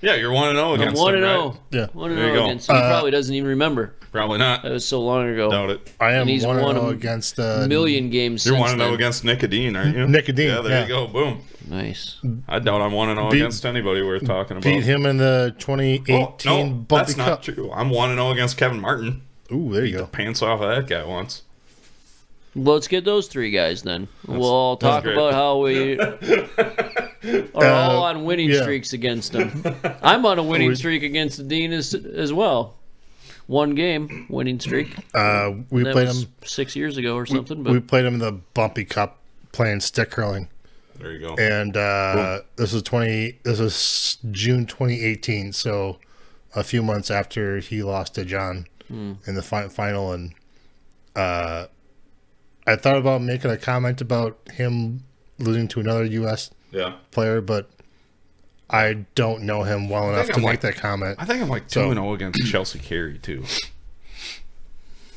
Speaker 3: Yeah, you're 1 and 0
Speaker 2: I'm
Speaker 3: against
Speaker 2: one
Speaker 3: them,
Speaker 2: and oh.
Speaker 3: right?
Speaker 2: zero.
Speaker 4: Yeah. Uh,
Speaker 2: One and
Speaker 3: There you
Speaker 2: zero
Speaker 3: go.
Speaker 2: against. He probably doesn't even remember.
Speaker 3: Probably not.
Speaker 2: That was so long ago.
Speaker 3: Doubt it.
Speaker 4: I am
Speaker 2: And he's
Speaker 4: 1
Speaker 2: won
Speaker 4: 0
Speaker 2: a
Speaker 4: against uh,
Speaker 2: Million games.
Speaker 3: You're
Speaker 2: since
Speaker 3: 1 and 0
Speaker 2: then.
Speaker 3: against Nicodine, aren't you?
Speaker 4: Nicodine,
Speaker 3: Yeah, there
Speaker 4: yeah.
Speaker 3: you go. Boom.
Speaker 2: Nice.
Speaker 3: I doubt I'm 1 and 0
Speaker 4: Beat-
Speaker 3: against anybody worth talking about.
Speaker 4: Beat him in the
Speaker 3: Oh,
Speaker 4: 2018
Speaker 3: no,
Speaker 4: Bumpy
Speaker 3: that's not
Speaker 4: Cup.
Speaker 3: true. I'm 1 and 0 against Kevin Martin.
Speaker 4: Ooh, there you go.
Speaker 3: Pants off of that guy once.
Speaker 2: Let's get those three guys then. we'll all talk
Speaker 3: great.
Speaker 2: about how
Speaker 4: <laughs>
Speaker 2: we are all on winning
Speaker 4: Uh, yeah.
Speaker 2: streaks against
Speaker 4: <laughs>
Speaker 2: them. I'm on a winning
Speaker 4: We-
Speaker 2: streak against the Dean as, as well. One game winning streak.
Speaker 4: Uh, we
Speaker 2: That
Speaker 4: played
Speaker 2: was
Speaker 4: him.
Speaker 2: six years ago or something.
Speaker 4: We
Speaker 2: but
Speaker 4: played him in the Bumpy Cup playing stick curling,
Speaker 3: There you go.
Speaker 4: and uh, this was 20. This was June 2018, so a few months after he lost to John
Speaker 2: Hmm.
Speaker 4: in the fi- final. And uh, I thought about making a comment about him losing to another U.S.
Speaker 3: Yeah.
Speaker 4: player, but I don't know him well enough
Speaker 3: think
Speaker 4: to
Speaker 3: I'm
Speaker 4: make
Speaker 3: like-
Speaker 4: that comment.
Speaker 3: I think I'm like 2
Speaker 4: So-
Speaker 3: and 0 against Chelsea Carey, too.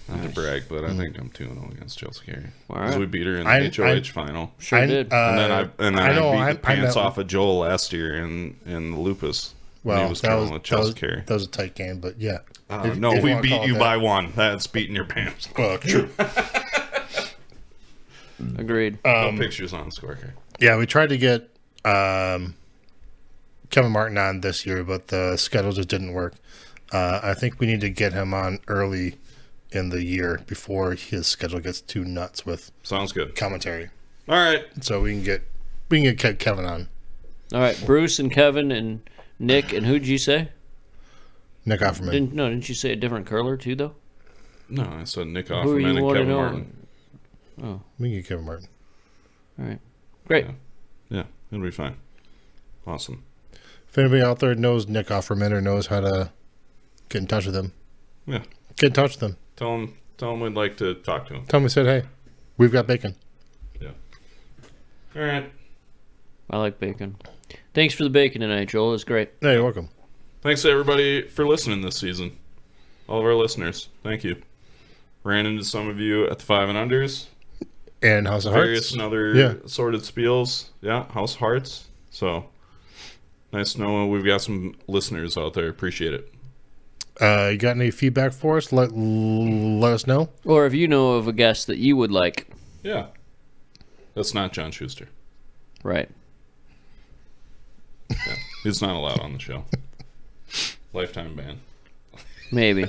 Speaker 3: Not to brag, but I think I'm 2 and 0 against Chelsea Carey.
Speaker 2: All
Speaker 3: Because
Speaker 2: right.
Speaker 3: we beat her in the
Speaker 4: Mm. I-
Speaker 3: HOH
Speaker 4: I-
Speaker 3: final.
Speaker 2: sure
Speaker 4: I-
Speaker 2: did.
Speaker 4: uh,
Speaker 3: And then I, and then
Speaker 4: I
Speaker 3: I,
Speaker 4: know
Speaker 3: beat
Speaker 4: I- I
Speaker 3: the pants
Speaker 4: know-
Speaker 3: off of Joel last year in, in the lupus. when
Speaker 4: Well,
Speaker 3: he was
Speaker 4: that, was,
Speaker 3: curling with
Speaker 4: that,
Speaker 3: Chelsea
Speaker 4: was,
Speaker 3: Carey.
Speaker 4: that was a tight game, but yeah.
Speaker 3: Uh,
Speaker 4: If-
Speaker 3: no,
Speaker 4: if
Speaker 3: we
Speaker 4: wanna
Speaker 3: beat
Speaker 4: call it
Speaker 3: you
Speaker 4: that.
Speaker 3: by one. That's beating your pants.
Speaker 4: Well, <laughs> true.
Speaker 2: Agreed.
Speaker 4: uh, Um,
Speaker 3: no pictures on Squirker.
Speaker 4: Yeah, we tried to get um, Kevin Martin on this year, but the schedule just didn't work. Uh, I think we need to get him on early in the year before his schedule gets too nuts with
Speaker 3: Sounds good.
Speaker 4: commentary,
Speaker 3: All right.
Speaker 4: so we can get we can get Ke- Kevin on
Speaker 2: all right. Bruce and Kevin and Nick and who'd you say?
Speaker 4: Nick Offerman.
Speaker 2: Didn't no? Didn't you say a different curler too though?
Speaker 3: No, I said Nick
Speaker 2: Who are you
Speaker 3: Offerman and
Speaker 2: wanna
Speaker 3: Kevin
Speaker 2: know?
Speaker 3: Martin.
Speaker 4: we can get Kevin Martin.
Speaker 2: All right. Great.
Speaker 3: Yeah, it'll be fine. Awesome.
Speaker 4: If anybody out there knows Nick Offerman or knows how to get in touch with him,
Speaker 3: Yeah.
Speaker 4: get in touch with him.
Speaker 3: Tell him, tell him we'd like to talk to him.
Speaker 4: Tell him we said, hey, we've got bacon.
Speaker 3: Yeah. All right.
Speaker 2: I like bacon. Thanks for the bacon tonight, Joel. It was great.
Speaker 4: Hey, you're welcome.
Speaker 3: Thanks to everybody for listening this season. all of our listeners. Thank you. Ran into some of you at the five and unders,
Speaker 4: and House of
Speaker 3: various
Speaker 4: Hearts.
Speaker 3: and other
Speaker 4: Yeah.
Speaker 3: assorted spiels. Yeah, House Hearts. So nice to know we've got some listeners out there. Appreciate it.
Speaker 4: Uh, you got any feedback for us? Let let us know.
Speaker 2: Or if you know of a guest that you would like,
Speaker 3: Yeah, that's not John Schuster.
Speaker 2: right?
Speaker 3: He's not allowed on the <laughs> show. Lifetime ban.
Speaker 2: Maybe.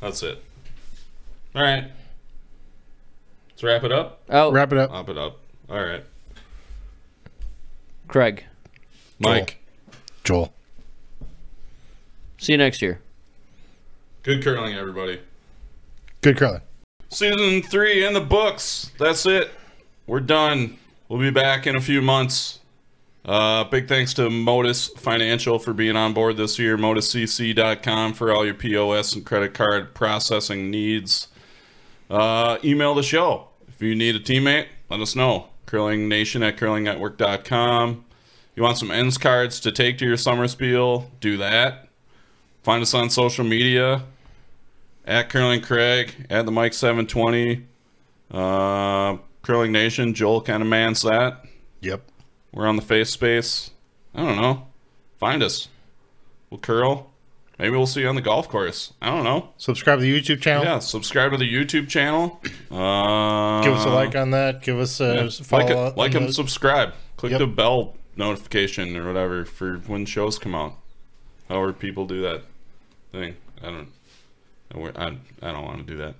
Speaker 3: That's it. All right. Let's wrap it up.
Speaker 2: Oh,
Speaker 4: Wrap it up.
Speaker 3: Wrap it up. All right,
Speaker 2: Craig.
Speaker 3: Mike.
Speaker 4: Joel.
Speaker 2: See you next year.
Speaker 3: Good curling, everybody.
Speaker 4: Good curling.
Speaker 3: Season three in the books. That's it. We're done. We'll be back in a few months. Uh, big thanks to Modus Financial for being on board this year. ModusCC.com for all your POS and credit card processing needs. Uh, email the show. If you need a teammate, let us know. CurlingNation at curlingnetwork.com. You want some ends cards to take to your summer spiel? Do that. Find us on social media at Curling Craig, at the Mike 720, uh, Curling Nation. Joel kind of mans that.
Speaker 4: Yep.
Speaker 3: We're on the face space. I don't know. Find us. We'll curl. Maybe we'll see you on the golf course. I don't know.
Speaker 4: Subscribe to the YouTube channel.
Speaker 3: Yeah, subscribe to the YouTube channel. Uh,
Speaker 4: Give us a like on that. Give us a follow.
Speaker 3: like, it-
Speaker 4: on
Speaker 3: like and
Speaker 4: the-
Speaker 3: subscribe. Click
Speaker 4: Yep.
Speaker 3: the bell notification or whatever for when shows come out. However, people do that thing. I don't. I, wa- I, I don't want to do that.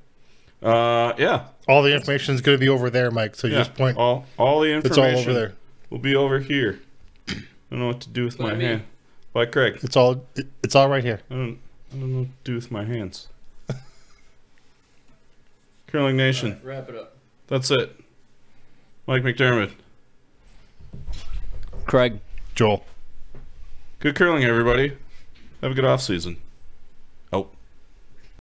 Speaker 3: Uh, yeah,
Speaker 4: all the information is going to be over there, Mike. So you
Speaker 3: yeah.
Speaker 4: just point.
Speaker 3: all all the
Speaker 4: It's all
Speaker 3: information.
Speaker 4: over there.
Speaker 3: Will be over here. I don't know what to do with my
Speaker 2: I mean.
Speaker 3: hand. Why, Craig?
Speaker 4: It's all. it- It's all right here.
Speaker 3: I don't, I don't know what to do with my
Speaker 4: <laughs>
Speaker 3: hands. Curling Nation.
Speaker 2: Wrap it up.
Speaker 3: That's it. Mike McDermott.
Speaker 2: Craig.
Speaker 4: Joel.
Speaker 3: Good curling, everybody. Have a good off season. Oh.